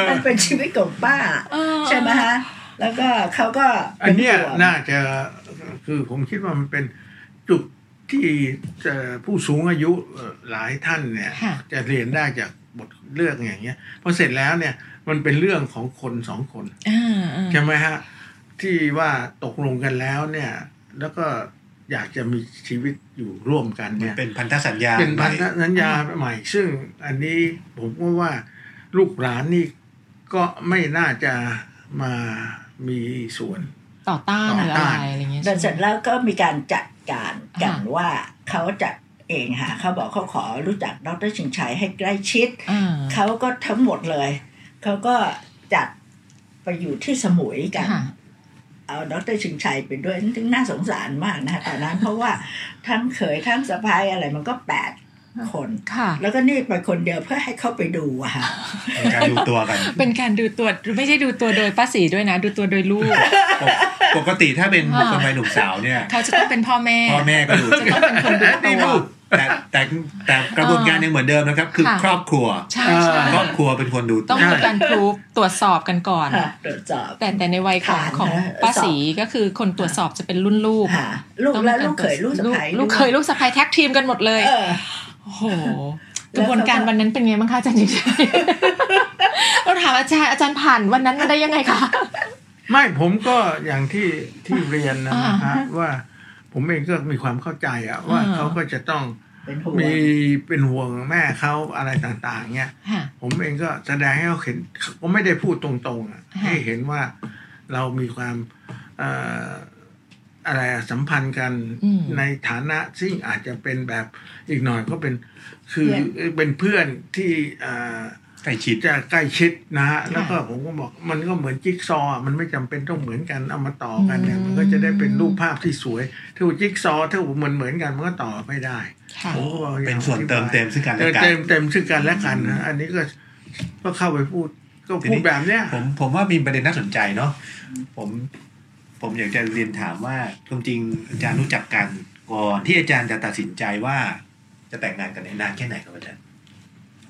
มันเป็นชีวิตของป้า
เออ
ใช่ไหมฮะ แล้วก็เขาก็
อันเนี้ย
เป็ห่วง
น่าจะคือผมคิดว่ามันเป็นจุดที่เอ่อผู้สูงอายุเอ่อหลายท่านเนี่ย
ค่ะ
จะเรียนได้จากบทเรื่องอย่างเงี้ยพอเสร็จแล้วเนี่ยมันเป็นเรื่องของคนสองคน
อ่าอ่า
ใช่ไหมฮะ ที่ว่าตกลงกันแล้วเนี่ย แล้วก็อยากจะมีชีวิตอยู่ร่วมกัน
มัน
เนี่ย
เป็นพันธสัญญา
เป็นพันธ
ไหม
สัญญาใหม่ ซึ่งอันนี้ผมก็ว่าลูกหลานนี่ก็ไม่น่าจะมามีส่วน
ต่อต้านห
ต่
รือ
อ
อะ
ต้าน
ไรอะไรเงี้ย
แต่
ใช่ไหม
เสร็จแล้วก็มีการจัดการกัน
อ่า
ว่าเขาจัดเองค่ะเขาบอกเขาขอรู้จักดรชิงชัยให้ใกล้ชิด
อ่า
เขาก็ทั้งหมดเลย เขาก็จัดไปอยู่ที่สมุยกัน
ค่ะ
เอาดรชิงชัยไปด้วยซึ่งน่าสงสารมากนะคะตอนนั้น เพราะว่าทั้งเขยทั้งสะพ้ายอะไรมันก็แปดคน
ค่ะ
แล้วก็นี่ไปคนเดียวเพื่อให้เขาไปดูอะค่ะ
เป็นการดูตัวกัน
เป็นการดูตัวไม่ใช่ดูตัวโดยป้าสีด้วยนะ ดูตัวโดยลูก
ปกปกติถ้าเป็น
อ่า
คนวัยหนุ่มสาวเนี่ย
เขาจะต้องเป็นพ่อแม่
พ่อแม่ก็ดู
จะต้องเป็นคนดู
แต่
ตัว
แต่แต่แต่กระบวนการยังเหมือนเดิมนะครับ คือ
ค่ะ
ครอบครัว
ใช่ใช่
ครอบครัวเป็นคนดู
ต้องมีการพรูฟตรวจสอบกันก่อน
ค่ะตรวจสอบ
แต่แต่ในวัยของ
ผ่านนะ
ของป้า
สอบ
สีก็คือคนตรวจสอบจะเป็นรุ่นลูก
ค่ะลูก
ต้อง
และ
มีาร
ลูกเขย
ตร
ลู
ว
ก
จ
สะ
ลูก
ใภ้
ลูกเคยลูกสะใภ้แท็กทีมกันหมดเลย
เออ
โอ้โหก
แล้ว
ระบวนการ
เขาก็
วันนั้นเป็นไงบ้างคะอาจารย์ยิ่งชัย เราถามอาจารย์อาจารย์ผ่านวันนั้นมาได้ยังไงคะ
ไม่ผมก็อย่างที่ที่เรียนนะ
อ่า
ฮะว่าผมเองก็มีความเข้าใจอะว่า
อ่า
เขาก็จะต้อง
เป็นห่วง
มีเป็นห่วงแม่เขาอะไรต่างๆเนี่ย
ค่ะ
ผมเองก็แสดงให้เขาเห็นก็ไม่ได้พูดตรงๆอะ
ค่ะ
ให้เห็นว่าเรามีความเอ่ออะไรอะสัมพันธ์กัน
อืม
ในฐานะซึ่งอาจจะเป็นแบบอีกหน่อยก็เป็นคือเป็นเพื่อนที่เอ่อ
ใกล้ชิด
จะใกล้ชิดนะฮะแล้วก็ผมก็บอกมันก็เหมือนจิ๊กซอว์อะมันไม่จำเป็นต้องเหมือนกันเอามาต่อกันเนี่ย
อืม
มันก็จะได้เป็นรูปภาพที่สวยถ้าจิ๊กซอว์ถ้าเหมือนเหมือนๆกันมันก็ต่อไม่ได้
ค่ะ
โอ้อย่าง
เป็นส่วนเติมเต็มซึ่งกัน
เติ
และ
ม
กัน
เต็มเต็มซึ่งกันและกันนะอันนี้ก็ก็เข้าไปพูด ก็พูดแบบเนี้ย
ผมผมว่ามีประเด็นน่าสนใจเนาะผมผมอยากจะเรียนถามว่าความจริงอาจารย์รู้จักกันก่อนที่อาจารย์จะตัดสินใจว่า จะแต่งงานกันเนยนานแค่ไหนครับอาจารย์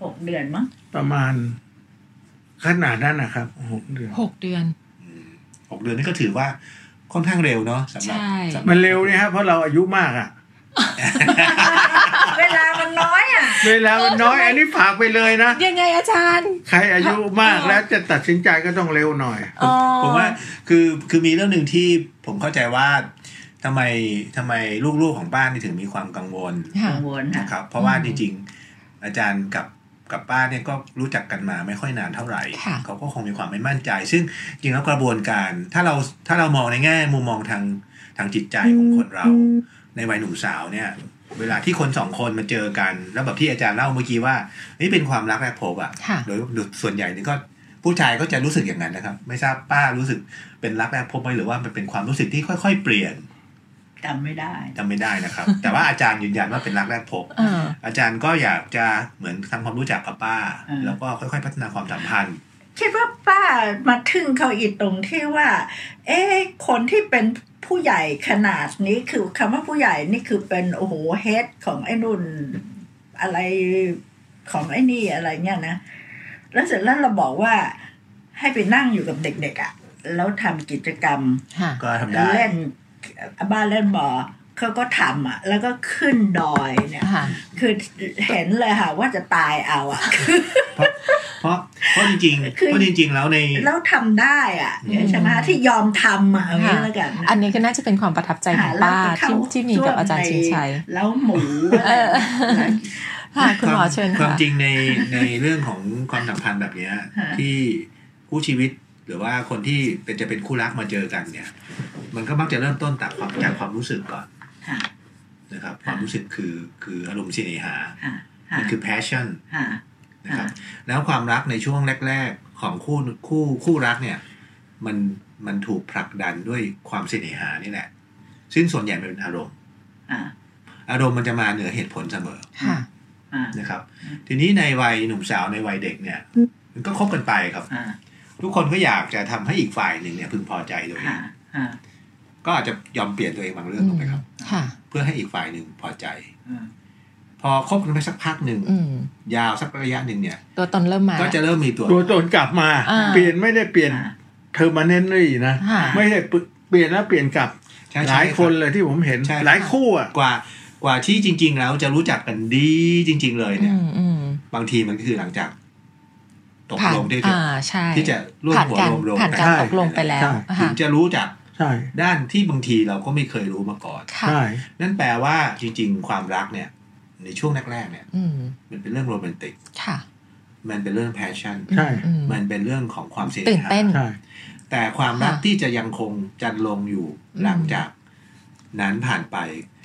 หกเดือนมั้ง
ประมาณขนาดนั้นนะครับหกเดือน
หกเดือน
หกเดือนนี่ก็ถือว่าค่อนข้างเร็วเนาะสำหรับ
ใช่
สำหบ
มันเร็วเนี่ยฮะเพราะเราอายุมากอ่ะ
เวลามันน้อยอ่ะ
เวลามันน้อยอันนี้ฝากไปเลยนะ
ยังไงอาจารย์
ใครอายุมากแล้วจะตัดสินใจก็ต้องเร็วหน่อย
ผมผมว่าคือคือมีเรื่องหนึ่งที่ผมเข้าใจว่าทำไมทำไมลูกๆของบ้านนี่ถึงมีความกังวล
ค่ะ
กังวลค่ะ
นะครับเพราะว่า
อืม
จริงๆ อาจารย์กับกับป้าเนี่ยก็รู้จักกันมาไม่ค่อยนานเท่าไหร่
ค่ะ
เขาก็คงมีความไม่มั่นใจ ซึ่งจริงแล้วกระบวนการถ้าเราถ้าเรามองในแง่มุมมองทางทางจิตใจของคนเรา ในวัยหนุ่มสาวเนี่ย เวลาที่คนสองคนมาเจอกัน แล้วแบบที่อาจารย์เล่าเมื่อกี้ว่านี่เป็นความรักแรกพบอะ
ค่ะ
โดยโดยส่วนใหญ่นี่ก็ผู้ชายก็จะรู้สึกอย่างนั้นนะครับ ไม่ทราบป้ารู้สึกเป็นรักแรกพบไหมหรือว่ามันเป็นความรู้สึกที่ค่อย ๆ เปลี่ยน
จำไม่ได้
จำไม่ได้นะครับ แต่ว่าอาจารย์ยืนยันว่าเป็นรักแรกพบ
อ่า
อาจารย์ก็อยากจะเหมือนทำความรู้จักกับป้า
อืม
แล้วก็ค่อยๆ พัฒนาความสัมพันธ์
คิดว่าป้ามาทึ่งเขาอีกตรงที่ว่า เอ๊ะคนที่เป็นผู้ใหญ่ขนาดนี้คือคำว่าผู้ใหญ่นี่คือเป็นโอ้โหเฮดของไอ้นุ่นอะไรของไอ้นี่อะไรเงี้ยนะ แล้วเสร็จแล้วเราบอกว่าให้ไปนั่งอยู่กับเด็กๆอะ่ะแล้วทำกิจกรรม
ค่ะ
ก็ทำได้
เล่นบ้านเล่นบอ เขาก็ทำอ่ะ แล้วก็ขึ้นดอยเนี่ย
ค่ะ
คือเห็นเลยค่ะ ว่าจะตายเอาอ่ะ
เพราะเพราะจริงๆ
คือ
เพราะจริง ๆ แล้วใน
แล้วทำได้อ่ะ
อืม
ใช่ไหมที่ยอมทำอ่ะเอางี้
ค่ะ
แล้วกัน
อันนี้ก็น่าจะเป็นความประทับใจของป้าที่ที่มีกับอาจารย์ชิงชัย
แล้วหมูอะไรนะ
ค่ะ คุณหมอเชิญ
วา
ค่ะ
มจริงในในเรื่องของความสัมพันธ์แบบเนี้ย
ฮะ
ที่คู่ชีวิตหรือว่าคนที่เป็นจะเป็นคู่รักมาเจอกันเนี่ย มันก็มักจะเริ่มต้นจากความจากความรู้สึกก่อน
ค่ะ
นะครับ ความรู้สึกคือคืออารมณ์เสน่หา
ค่ะ
มันคือ passion
ค่ะ
นะครับ
ค่ะ
แล้วความรักในช่วงแรก ๆ ของคู่คู่คู่รักเนี่ย มันมันถูกผลักดันด้วยความเสน่หานี่แหละ ซึ่งส่วนใหญ่มันเป็นอารมณ์
ค่ะ
อารมณ์มันจะมาเหนือเหตุผลเสมอ
ค่ะ
ค่ะ
นะครับ ทีนี้ในวัยหนุ่มสาวในวัยเด็กเนี่ย มันก็คบกันไปครับ
ค่ะ
ทุกคนก็อยากจะทำให้อีกฝ่ายหนึ่งเนี่ยพึงพอใจตัวเอง
ค่ะค่ะ
ก็อาจจะยอมเปลี่ยนตัวเองบางเรื่องลงไปครับ
ค่ะ
เพื่อให้อีกฝ่ายหนึ่งพอใจ
อืม
พอคบกันไปสักพักหนึ่ง
อืม
ยาวสักระยะหนึ่งเนี่ย
ตัวตนเริ่มมา
ก็จะเริ่มมีตัว
ตัวตนกลับมา
อ่า
เปลี่ยนไม่ได้เปลี่ยน
ค่ะ
เทอร์มาเนนเลยนะ
ค่ะ
ไม่ได้เปลี่ยนแล้วเปลี่ยนกลับ
ใช่
ห
ใช่
ลาย
รับ
คนเลยที่ผมเห็น
ใช่ครับ
หลายคู่อ่ะ
กว่ากว่าที่จริง ๆ แล้วจะรู้จักกันดีจริง ๆ เลยเนี่ย
อืมอืม
บางทีมันก็คือหลังจากตก
ผ่าน
ลงที่จะ
อ่าใช่
ที่จะร่วม
ผ่าน
หัว
การ
รวมโรง
ผ่านการ
ใช่
ตกลงไปแล้ว
ถึ
ค่ะ
งจะรู้จัก
ใช่
ด้านที่บางทีเราก็ไม่เคยรู้มาก่อน
ค่ะ
ใช่
นั่นแปลว่าจริง ๆ ความรักเนี่ย ในช่วงแรกๆเนี่ย
อืม
มันเป็นเรื่องโรแมนติก
ค่ะ
มันเป็นเรื่องแพชชั่น
ใช่
อืม
มันเป็นเรื่องของความเสีย
ตื่นเต้น
ใช่
แต่ความรัก
ค่ะ
ที่จะยังคงจันลงอยู่
อืม
หลังจากนั้นผ่านไป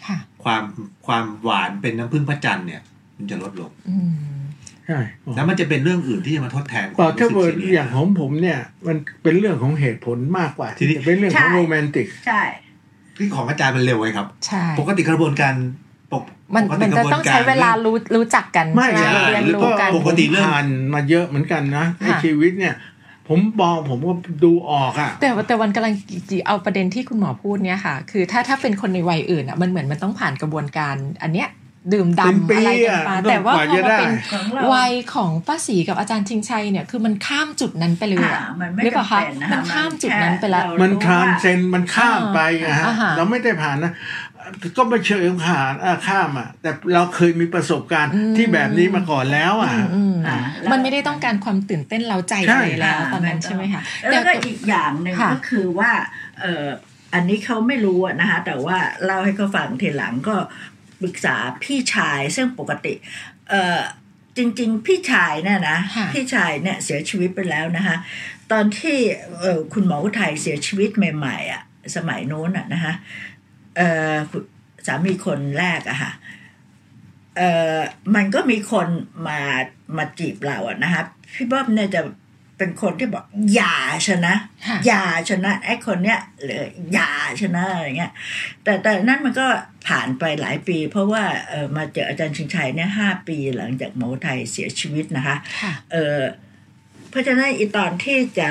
ค่ะ
ความความหวานเป็นน้ำพึ่งพระจันทร์เนี่ย มันจะลดลง
อืม
ใช่
แล้วมันจะเป็นเรื่องอื่นที่จะมาทดแทนค
ต่
วา
อ
ม
ถ้าเกิด
สี
อย่าง
ห
ของผมเนี่ย มันเป็นเรื่องของเหตุผลมากกว่า
ที
ที่
นี้
จะเป็นเรื่องของ
ใช่
โรแมนติก
ใช่
ที่ของอาจารย์มันเร็วไว้ครับ
ใช่
ปกติกระบวนการปก
มัน
ปก
มันจะต้องใช้เวลารู้รู้จักกัน
ไม่
ใช่ไหม
ใช่
เรียน
หรือ
รู้กัน
ปกติเรื่อง
ผ่านมาเยอะเหมือนกันนะใน
ค่ะ
ชีวิตเนี่ย ผมมองผมก็ดูออกอ่ะ
แต่ว่าแต่วันกำลังเอาประเด็นที่คุณหมอพูดเนี่ยค่ะ คือถ้าถ้าเป็นคนในวัยอื่นอ่ะมันเหมือนมันต้องผ่านกระบวนการ อันเนี้ยดื่ม
เป็น
ดำอะ
ปี
ไรกันมา
อะ
แต่ว่าพอ
จน
มา
กว่าจะได้
เป็น
ของเรา
วัยของป้าศรีกับอาจารย์ชิงชัยเนี่ยคือมันข้ามจุดนั้นไปเลย
อ่า
อะ
มันไม่
หรือเปล่าคะ
จำเป็นนะ
มันข้ามจุดนั้นไปละ
เรา
มัน
รู้
ทรานเซนมันข้ามไปไงฮะ
อ่าฮะ
เราไม่ได้ผ่านนะ ก็ไม่เชิงผ่านอ่าข้ามอ่ะ แต่เราเคยมีประสบการณ์ที่แบบนี้มาก่อนแล้วอ่ะ
อืม
อ่าแล้ว
มันไม่ได้ต้องการความตื่นเต้นเราใจ
ใช่
อะไรแล้ว
อ่า
ตอนนั้น
ไม่ต้อง
ใช่ไหมคะ
แล้วก็
แต่
อีกอย่างหนึ่ง
ค่ะ
ก็คือว่าเอออันนี้เขาไม่รู้อะนะคะแต่ว่าเล่าให้เขาฟังทีหลังก็ปรึกษาพี่ชายซึ่งปกติเออจริง ๆ พี่ชายเนี่ยนะ
ค่ะ
พี่ชายเนี่ยเสียชีวิตไปแล้วนะคะตอนที่เออคุณหมออุทัยเสียชีวิตใหม่ๆอะสมัยโน้นอะนะคะเออคุณสามีคนแรกอะค่ะเออมันก็มีคนมามาจีบเราอะนะคะพี่เบิ้มเนี่ยจะเป็นคนที่บอกอย่าชนะ
ค่ะ
อย่าชนะไอ้คนเนี้ยหรืออย่าชนะอะไรเงี้ย แต่แต่นั้นมันก็ผ่านไปหลายปี เพราะว่าเออมาเจออาจารย์ชิงชัยเนี่ยห้าปีหลังจากหมอไทยเสียชีวิตนะคะ
ค่ะ
เออเพราะฉะนั้นอีตอนที่จะ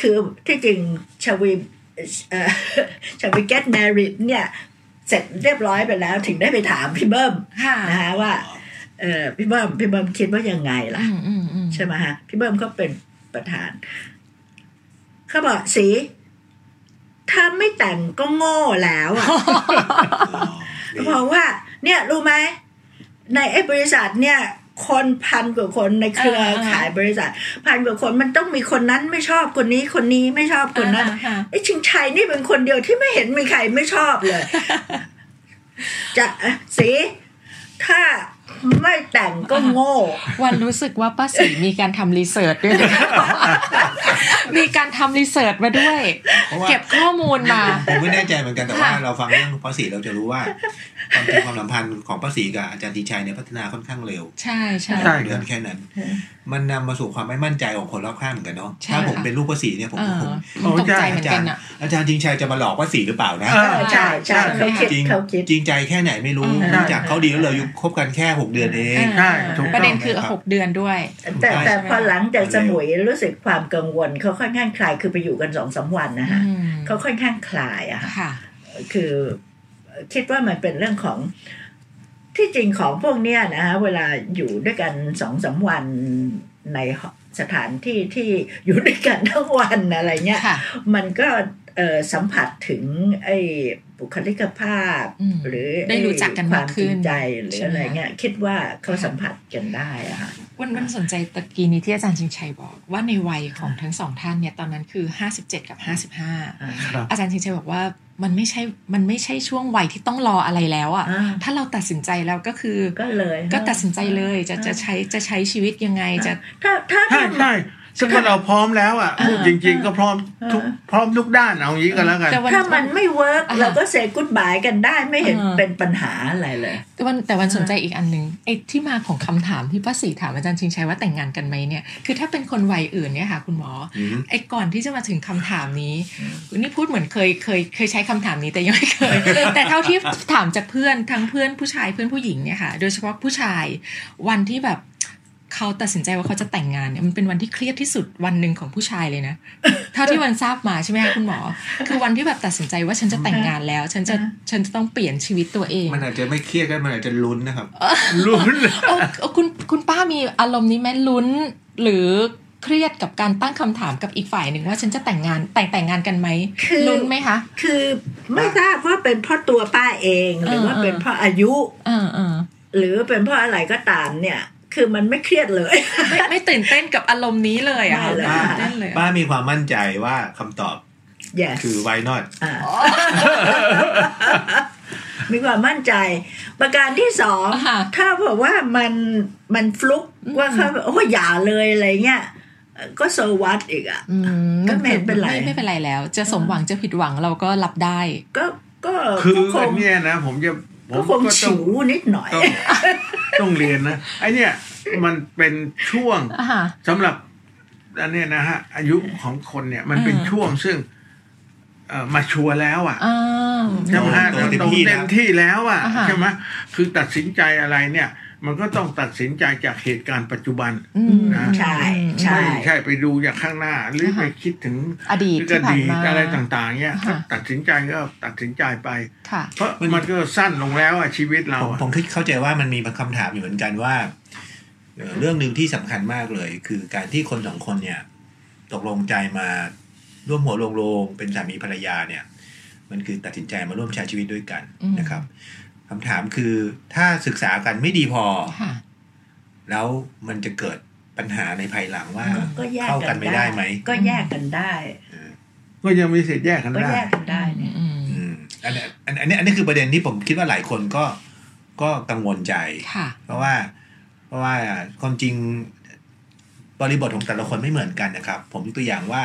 คือที่จริงชวีเอ่อ ชวี get married เนี่ย เสร็จเรียบร้อยไปแล้วถึงได้ไปถามพี่เบิ้ม
ค่ะ
นะคะว่าเออพี่เบิ้มพี่เบิ้มคิดว่ายังไงล่ะ
อืมอืมอืม
ใช่ไหมฮะพี่เบิ้มเขาเป็นประธานเขาบอกสี ถ้าไม่แต่งก็โง่แล้วอะ เพราะว่า เนี่ยรู้ไหมในไอ้บริษัทเนี่ย คนพันกว่าคนในเครือขายบริษัท พันกว่าคนมันต้องมีคนนั้นไม่ชอบคนนี้คนนี้ไม่ชอบคนนั้น
อ่าค่ะ
ไอ้ชิงชัยนี่เป็นคนเดียวที่ไม่เห็นมีใครไม่ชอบเลย จะเอ่อสีถ้าไม่แต่งก็โง่
วันรู้สึกว่าป้าศรีมีการทำรีเสิร์ชด้วยนะ มีการทำรีเสิร์ชมาด้วย
เพราะว่า
เก็บข้อมูลมา
ผมไม่แน่ใจเหมือนกันแต่ว่า
ค่ะ
เราฟังเรื่องภาษีเราจะรู้ว่าความจริงความสัมพันธ์ของภาษีกับอาจารย์ทิชัยเนี่ยพัฒนาค่อนข้างเร็ว
ใช่ใช่
ใช่
เดือนแค่นั้น
เออ
มันนำมาสู่ความไม่มั่นใจของคนรอบข้างเหมือนกันเนาะ
ใช่
ถ้าผม
ค่ะ
เป็นลูกภาษีเนี่ยผม
เอ
ก็
อ
คง
ตกใจเหมือนกันอ่ะ
อาจารย์จริงชัยจะมาหลอกภาษีหรือเปล่านะ
เออ
ใช่ใช่เขาคิด
จริง
เขาคิด
จริงใจแค่ไหนไม่รู้
อืม
รู้จากเขาดีแล้วเราอยู่คบกันแค่หกเดือนเอง
ใช่ถูกต้อง
ประเด็นคือหกเดือนด้วย
แต่แต่
ใช่ไหม
พอหลังจากสมุยรู้สึกความกังวลเขาค่อนข้างคลายคือไปอยู่กันสองสามวันนะคะ
อืม
เขาค่อนข้างคลายอะค่ะ
ค่ะ
คือคิดว่ามันเป็นเรื่องของที่จริงของพวกเนี้ยนะฮะเวลาอยู่ด้วยกันสองสามวันในสถานที่ที่อยู่ด้วยกันทั้งวันอะไรเงี้ย
ค่ะ
มันก็ เอ่อสัมผัสถึงไอ้บุคลิกภาพ
อืม
หรือ
ได้รู้จักกันมาว
คาก ม
ขึ้
จริ
น
งใจหรือ
ใช่ไหม
อะไรเงี้ยคิดว่าเขาสัมผัสกันได้อะค่ะ
วันวันสนใจตะกี้นี้ที่อาจารย์ชิงชัยบอกว่าในวัยของทั้งสองท่านเนี่ยตอนนั้นคือ 57 กับ 55
ครับ
อาจารย์ชิงชัยบอกว่ามันไม่ใช่มันไม่ใช่ช่วงวัยที่ต้องรออะไรแล้วอะ
อ่า
ถ้าเราตัดสินใจแล้วก็คือ
ก็เลย
ก็ตัดสินใจเลยจะจะใช้จะใช้ชีวิตยังไงจะ
ถ้าถ้า
ใช่
ถ้า
ใช่ซึ่งว่าเราพร้อมแล้วอ่ะ
อ่า
พูดจริง ๆ ก็พร้อมทุกพร้อมทุกด้านเอางี้ก็แล้วกัน
แต่วัน
ถ้ามันไม่เวิร์ก
อ่า
เราก็เซกุ d บายกันได้ไม่เห็น
อ่า
เป็นปัญหาอะไรเลย
แต่วันแต่วันสนใจอีกอันหนึ่งไอ้ที่มาของคำถามที่ป้าศรีถามอาจารย์ชิงชัยว่าแต่งงานกันไหมเนี่ยคือถ้าเป็นคนวัยอื่นเนี่ยค่ะคุณหมอ
อืม
ไอ้ก่อนที่จะมาถึงคำถามนี้นี่พูดเหมือนเคยเคยเคยใช้คำถามนี้แต่ยังไม่ เคย แต่เท่าที่ถามจากเพื่อนทั้งเพื่อนผู้ชายเพื่อนผู้หญิงเนี่ยค่ะ โดยเฉพาะผู้ชายวันที่แบบเขาตัดสินใจว่าเขาจะแต่งงานเนี่ยมันเป็นวันที่เครียดที่สุดวันหนึ่งของผู้ชายเลยนะ เท่าที่วันทราบมาใช่ไหมคะคุณหมอ คือวันที่แบบตัดสินใจว่าฉันจะแต่งงานแล้ว ฉันจะฉันจะต้องเปลี่ยนชีวิตตัวเอง
มันอาจจะไม่เครียดก็มันอาจจะลุ้นนะครับ
ลุ้นเลย
เอ้าเอาคุณคุณป้ามีอารมณ์นี้ไหมลุ้น หรือเครียดกับการตั้งคำถามกับอีกฝ่ายหนึ่งว่าฉันจะแต่งงานแต่งแต่งงานกันไหม
คือ
ลุ้นไหมคะ
คือไม่ทราบว่าเป็นเพราะตัวป้าเองหรือว่า
อ่า
เป็นเพราะอายุ
เออเออ
หรือเป็นเพราะอะไรก็ตามเนี่ย คือมันไม่เครียดเลย
ไม่ไม่ตื่นเต้นกับอารมณ์นี้เลยอะค่ะ
ไม่เลย
ไม่ตื่นเต้นเลยอะ
ป้ามีความมั่นใจว่าคำตอบ
yes
คือ why not
อ่า มีความมั่นใจ ประการที่สอง
ค่ะ
ถ้าบอกว่ามันมันฟลุก
อืม
ว่าเขาโอ้ยอย่าเลยอะไรเงี้ยเอ่อก็โซวัตอีกอ่ะ
อืม
ก็ไม่เป็นไร
ไม่เป็นไรแล้ว จะสมหวังจะผิดหวังเราก็รับได้
ก็ก็
คือ
ก็ค
อั
ง
นเนี้ยนะ ผมจะผ
ก็
ม
ค
ก็
ง
ต้อ
ฉิ
ง
วนิดหน่อย
ต้องต้องเรียนนะไอเนี้ยมันเป็นช่วง
อ่ะค่ะ
สำหรับอันเนี้ยนะฮะ อายุของคนเนี่ยมันเป็น
อ่า
ช่วงซึ่งเอ่อมาชัวร์แล้วอ่ะ
อ้าว
ใช่ไหมฮะ
โต
เรา
เต็ม
โต
ที่แล้ว
เต็มที่แล้วอ่ะ
าฮะ
ใช่ไหมคือตัดสินใจอะไรเนี่ย มันก็ต้องตัดสินใจจากเหตุการณ์ปัจจุบัน
อืม
นะ
ใช่
อืม
ใช่
ไม่ใช่ไปดูจากข้างหน้า หรือไปคิดถึง
อดีต
หรือ
ที่
อ
ผ่าน
ดีต
มา
อะไรต่าง ๆเนี่ย
อ่าฮะ
ตัดสินใจก็ตัดสินใจไป
ค่ะ
เพราะมันก็สั้นลงแล้วอะชีวิตเรา
ผม
อะ
ผมคิดเข้าใจว่ามันมีบางคำถามอยู่เหมือนกันว่าเอ่อเรื่องหนึ่งที่สำคัญมากเลย คือการที่คนสองคนเนี่ย ตกลงใจมาร่วมหัวลงโลงเป็นสามีภรรยาเนี่ย มันคือตัดสินใจมาร่วมใช้ชีวิตด้วยกัน
อืม
นะครับคำถามคือถ้าศึกษากันไม่ดีพอ
ค่ะ
แล้วมันจะเกิดปัญหาในภายหลังว่า
อืม
ก็แยก
เข้ากั
กัน น
ไม่ได้ไหม
ก็แยกกันได้
ก็ยังมีสิทธิ์แยกกัน
ก็
ได้
แยกกันได้เนี่ย
อืม
อืมอันนี้อันอันนี้อันนี้คือประเด็นที่ผมคิดว่าหลายคนก็ก็กังวลใจ
ค่ะ
เพราะว่าเพราะว่าความจริงบริบทของแต่ละคนไม่เหมือนกันนะครับ ผมยกตัวอย่างว่า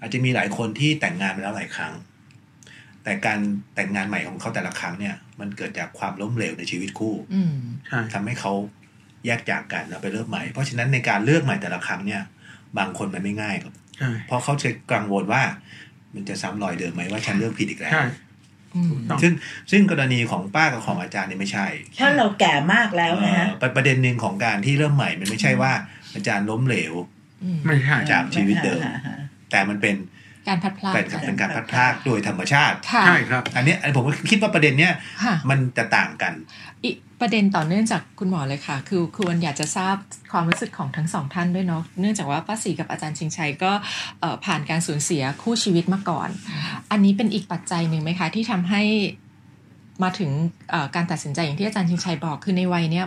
อาจจะมีหลายคนที่แต่งงานมาแล้วหลายครั้ง แต่การแต่งงานใหม่ของเขาแต่ละครั้งเนี่ย มันเกิดจากความล้มเหลวในชีวิตคู่
อืม
ใช่
ทำให้เขาแยกจากกันแล้วไปเริ่มใหม่ เพราะฉะนั้นในการเลือกใหม่แต่ละครั้งเนี่ย บางคนมันไม่ง่ายครับ
ใช่
เพราะเขาจะกังวลว่า มันจะซ้ำรอยเดิมไหมว่าฉันเลือกผิดอีกแล้ว
ใช่
อืม
ต้อง
ซึ่งซึ่งกรณีของป้ากับของอาจารย์เนี่ยไม่ใช่
เพราะเราแก่มากแล้วนะฮะ
เอ่อประเด็นหนึ่งของการที่เริ่มใหม่ มันไม่ใช่ว่าอาจารย์ล้มเหลว
อืม
ไม่ใช่
จากชีวิตเดิม แต่มันเป็น
การพัดพลาด
เป็นกับ
ค่ะ
เป็นการพัดพรากโดยธรรมชาติ
ค่ะ
ใช่ครับ
อันเนี้ยอันผมก็คิดว่าประเด็นเนี้ย
ค่ะ
มันจะต่างกัน
อีกประเด็นต่อเนื่องจากคุณหมอเลยค่ะ คือคือวันอยากจะทราบความรู้สึกของทั้งสองท่านด้วยเนาะเนื่องจากว่าป้าศรีกับอาจารย์ชิงชัยก็เอ่อผ่านการสูญเสียคู่ชีวิตมาก่อน อันนี้เป็นอีกปัจจัยหนึ่งไหมคะที่ทำให้มาถึงเอ่อการตัดสินใจอย่างที่อาจารย์ชิงชัยบอกคือในวัยเนี้ย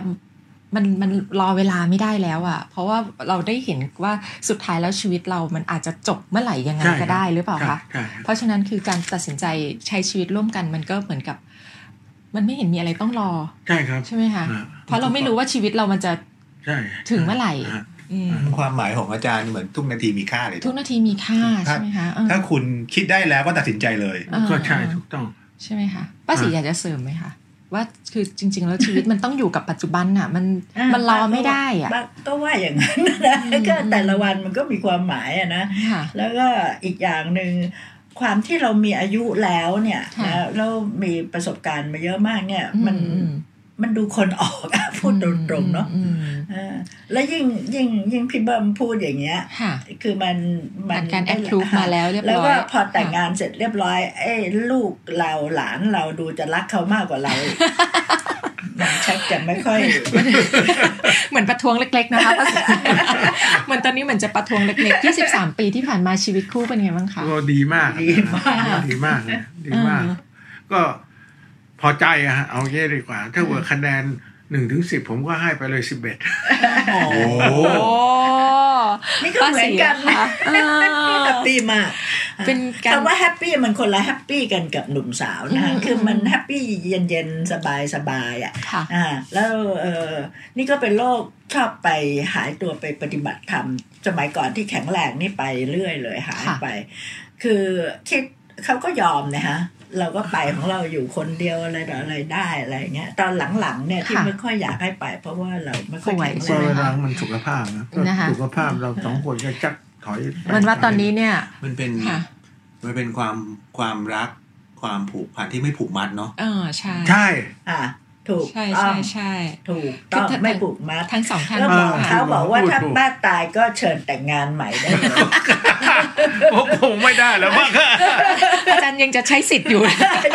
มันมันรอเวลาไม่ได้แล้วอะ่ะ เพราะว่าเราได้เห็นว่าสุดท้ายแล้วชีวิตเรามันอาจจะจบเมื่อไหร่ยังไง
ใช่ครับ
ก็ได้หรือเปล่า
ใช่
คะ
ใช่ครับ
เพราะฉะนั้นคือการตัดสินใจใช้ชีวิตร่วมกันมันก็เหมือนกับ มันไม่เห็นมีอะไรต้องรอ
ใช่ครับ
ใช่ไหมคะ
อ่า
เพราะเราไม่รู้ว่าชีวิตเรามันจะ
ใช่
ถึงเมื่อไหร่
ฮะ
อืม
ความหมายของอาจารย์เหมือนทุกนาทีมีค่าเลย
ทุกนาทีมีค่าใช่ไหมคะเออ
ถ้าคุณคิดได้แล้วก็ตัดสินใจเลย
เออ
ก็ใช่
เอ
ถู
อก
ต้อง
ใช่ไหมคะป้าศรี
อ่า
อยากจะเสริมไหมคะว่าคือจริง ๆ แล้วชีวิตมันต้องอยู่กับปัจจุบันน่ะ มัน
อ่ะ
มันรอไม่ได้อ่ะ
บ้างก็ว่าอย่างนั้นนะ
อืม
ก็แต่ละวันมันก็มีความหมายอะนะ
ค่ะ
แล้วก็อีกอย่างหนึ่งความที่เรามีอายุแล้วเนี่ย
ค่ะ
นะแล้วมีประสบการณ์มาเยอะมากเนี่ย มัน
อื
มันดูคนออกอะพูดตรงๆเนาะ
อืม
อ่าแล้วยิ่งยิ่งยิ่งพี่เบิ้มพูดอย่างเงี้ย
ค่ะ
คือมัน
ผ่านการแอดพรูฟมาแล้วเรียบร้อย
แล้วก็พอแต่งงาน เสร็จเรียบร้อย เอ้ยลูกเราหลานเราดูจะรักเขามากกว่าเราอีก มันชักจะไม่ค่อย
เหมือนประท้วงเล็ก ๆ นะคะภาษา เหมือนตอนนี้เหมือนจะประท้วงเล็กๆ23 ปีที่ผ่านมาชีวิตคู่เป็นไงบ้างคะ
ก็ดีมาก
ดีมาก
ดีมากเลยดีมาก
เออ
ก็พอใจอะฮะเอาเงี้ดีกว่า ถ้าเกิดคะแนนหนึ่งถึงสิบผมก็ให้ไปเลยสิบเอ็ด
โอ้โห
โอ้
นี่ก็เหมือนกัน
ป้าศรี
นะ
คะเออ
แฮปปี้มาก
เป็นการ
คำว่าแฮปปี้มันคนละแฮปปี้กันกับหนุ่มสาวนะคะคือมันแฮปปี้เย็นๆ สบายๆอ่ะ
ค่ะ
อ่าแล้วเออนี่ก็เป็นโรคชอบไปหายตัวไปปฏิบัติธรรม สมัยก่อนที่แข็งแรงนี่ไปเรื่อยเลยหาย
ค่ะ
ไป คือคิดเขาก็ยอมนะฮะ เราก็ไปของเราอยู่คนเดียวอะไรต่ออะไรได้อะไรเงี้ยตอนหลังๆเนี่ยที่ไม่ค่อยอยากให้ไป เพราะว่าเราไม่ค่อยแข็ง
ใช่
เว
ไหม
แรง
คะ
ลามันสุขภาพนะก็
นะคะ
สุขภาพเราสองคนก็จักถอยไป
มันว่าตอนนี้เนี่ย
มันเป็น
ค่ะ
มันเป็นความความรักความผูกพันที่ไม่ผูกมัดเนาะ
เออใช่
ใช่
อ่ะถูก
ใช่
ต้อ
ใช่
ง
ใช่
ถูกต้องไม่ปลูกมัด
ทั้งสองท่าน
แล้วบอก
อ่า
เขาบอกว่า
ถูก
ถ้า
ถูก
ป้าตายก็เชิญแต่งงานใหม่ได้เลย
ผมคงไม่ได้แล้วบ้าง
อาจารย์ยังจะใช้สิทธิ์อยู่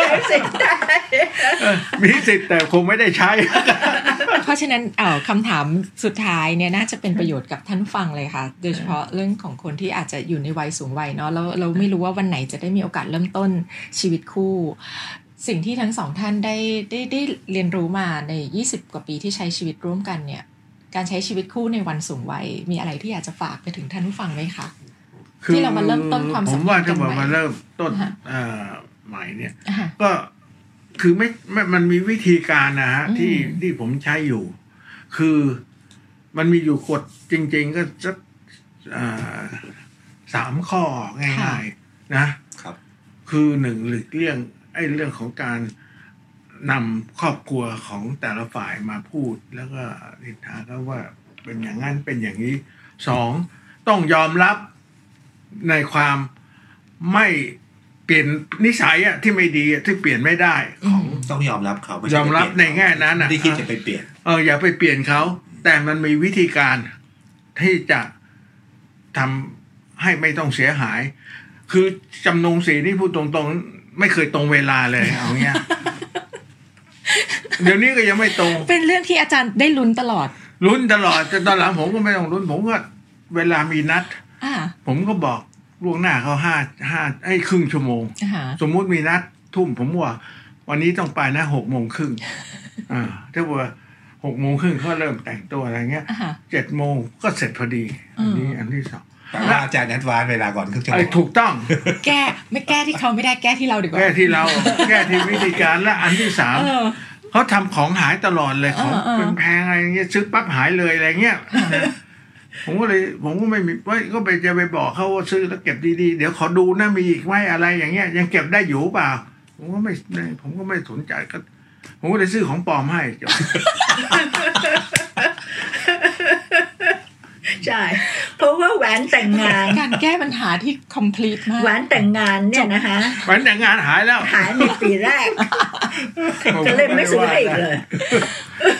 ได้สิได้
มีสิทธิ์แต่คงไม่ได้ใช้
เพราะฉะนั้นเอ่อคำถามสุดท้ายเนี่ยน่าจะเป็นประโยชน์กับท่านผู้ฟังเลยค่ะ โดยเฉพาะเรื่องของคนที่อาจจะอยู่ในวัยสูงวัยเนาะแล้วเราไม่รู้ว่าวันไหนจะได้มีโอกาสเริ่มต้นชีวิตคู่ สิ่งที่ทั้งสองท่านได้ได้ได้เรียนรู้มาใน 20 กว่าปีที่ใช้ชีวิตร่วมกันเนี่ย การใช้ชีวิตคู่ในวันสูงวัย มีอะไรที่อยากจะฝากไปถึงท่านผู้ฟังไหมคะ ที่เรามาเริ่มต้นความสั
ผม
พันธ์
มว่าถ้าบอก
กันใหม่
มาเริ่มต้น
อ่าฮะ
เอ่อใหม่เนี่ย
อ่ะ
ก็คือไม่ไม่มันมีวิธีการนะฮะ
อืม
ที่ที่ผมใช้อยู่ คือมันมีอยู่กฎจริง ๆ ก็จะอ่าสามข้อง่ายๆนะ
ครับ
คือหนึ่งหลีกเลี่ยงไอ้เรื่องของการนำครอบครัวของแต่ละฝ่ายมาพูด แล้วก็นินทาก็ว่าเป็นอย่างนั้นเป็นอย่างนี้สองต้องยอมรับในความไม่เปลี่ยนนิสัยอะที่ไม่ดีอะที่เปลี่ยนไม่ได้ของ
ต้องยอมรับเขาไใช่
ยอมรับ
ไปเปลี่ย
ในแง่นั้นน่ะ
ไม่ได้คิดจะไปเปลี่ยน
เอออย่าไปเปลี่ยนเขาแต่มันมีวิธีการที่จะทำให้ไม่ต้องเสียหาย คือจำนงสีนี่พูดตรงๆ ไม่เคยตรงเวลาเลยเอาเงี้ย เดี๋ยวนี้ก็ยังไม่ตรง
เป็นเรื่องที่อาจารย์ได้ลุ้นตลอด
ลุ้นตลอดจนตอนหลังผมก็ไม่ต้องลุ้น ผมก็เวลามีนัด
อ่า
ผมก็บอกล่วงหน้าเขาห้าห้าไอ้ยครึ่งชั่วโมง
อ่า
สมมุติมีนัดทุ่มผมว่า วันนี้ต้องไปนะหกโมงครึ่งอ่าถ้าว่าหกโมงครึ่งเขาเริ่มแต่งตัวอะไรเงี้ย
อ่าฮะ
เจ็ดโมงก็เสร็จพอดี
อื
อั
ม
นนี้อันที่สอง
แต่ว่าอาจารย์นัดวานเวลาก่อนครึ่งชั่วโม
ไอ้
ง
ถูกต้อง
แก้ไม่แก้ที่เขาไม่ได้แก้ที่เราดีกว่า
แก้ที่เรา แก้ที่วิธีการและอันที่สาม
เออ
เขาทำของหายตลอดเลยของ
เออเออ
เป็นแพงอะไรเงี้ยซื้อปั๊บหายเลยอะไร เงี้ยผมก็เลย ผมก็ไม่มีไม่ก็ไปจะไปบอกเขาว่าซื้อแล้วเก็บดีๆ เดี๋ยวขอดูนะมีอีกไหมอะไรอย่างเงี้ย ยังเก็บได้อยู่เปล่า ผมก็ไม่ไม่ผมก็ไม่สนใจก็ ผมก็เลยซื้อของปลอมให้ จบ
ใช่ เพราะว่าแหวนแต่งงาน
การแก้ปัญหาที่ complete มาก
แหวนแต่งงานเนี่ยนะคะ
วันแต่งงานหายแล้ว
หายในปีแรก ก็เลยไม่ซื้อให้อีกเลย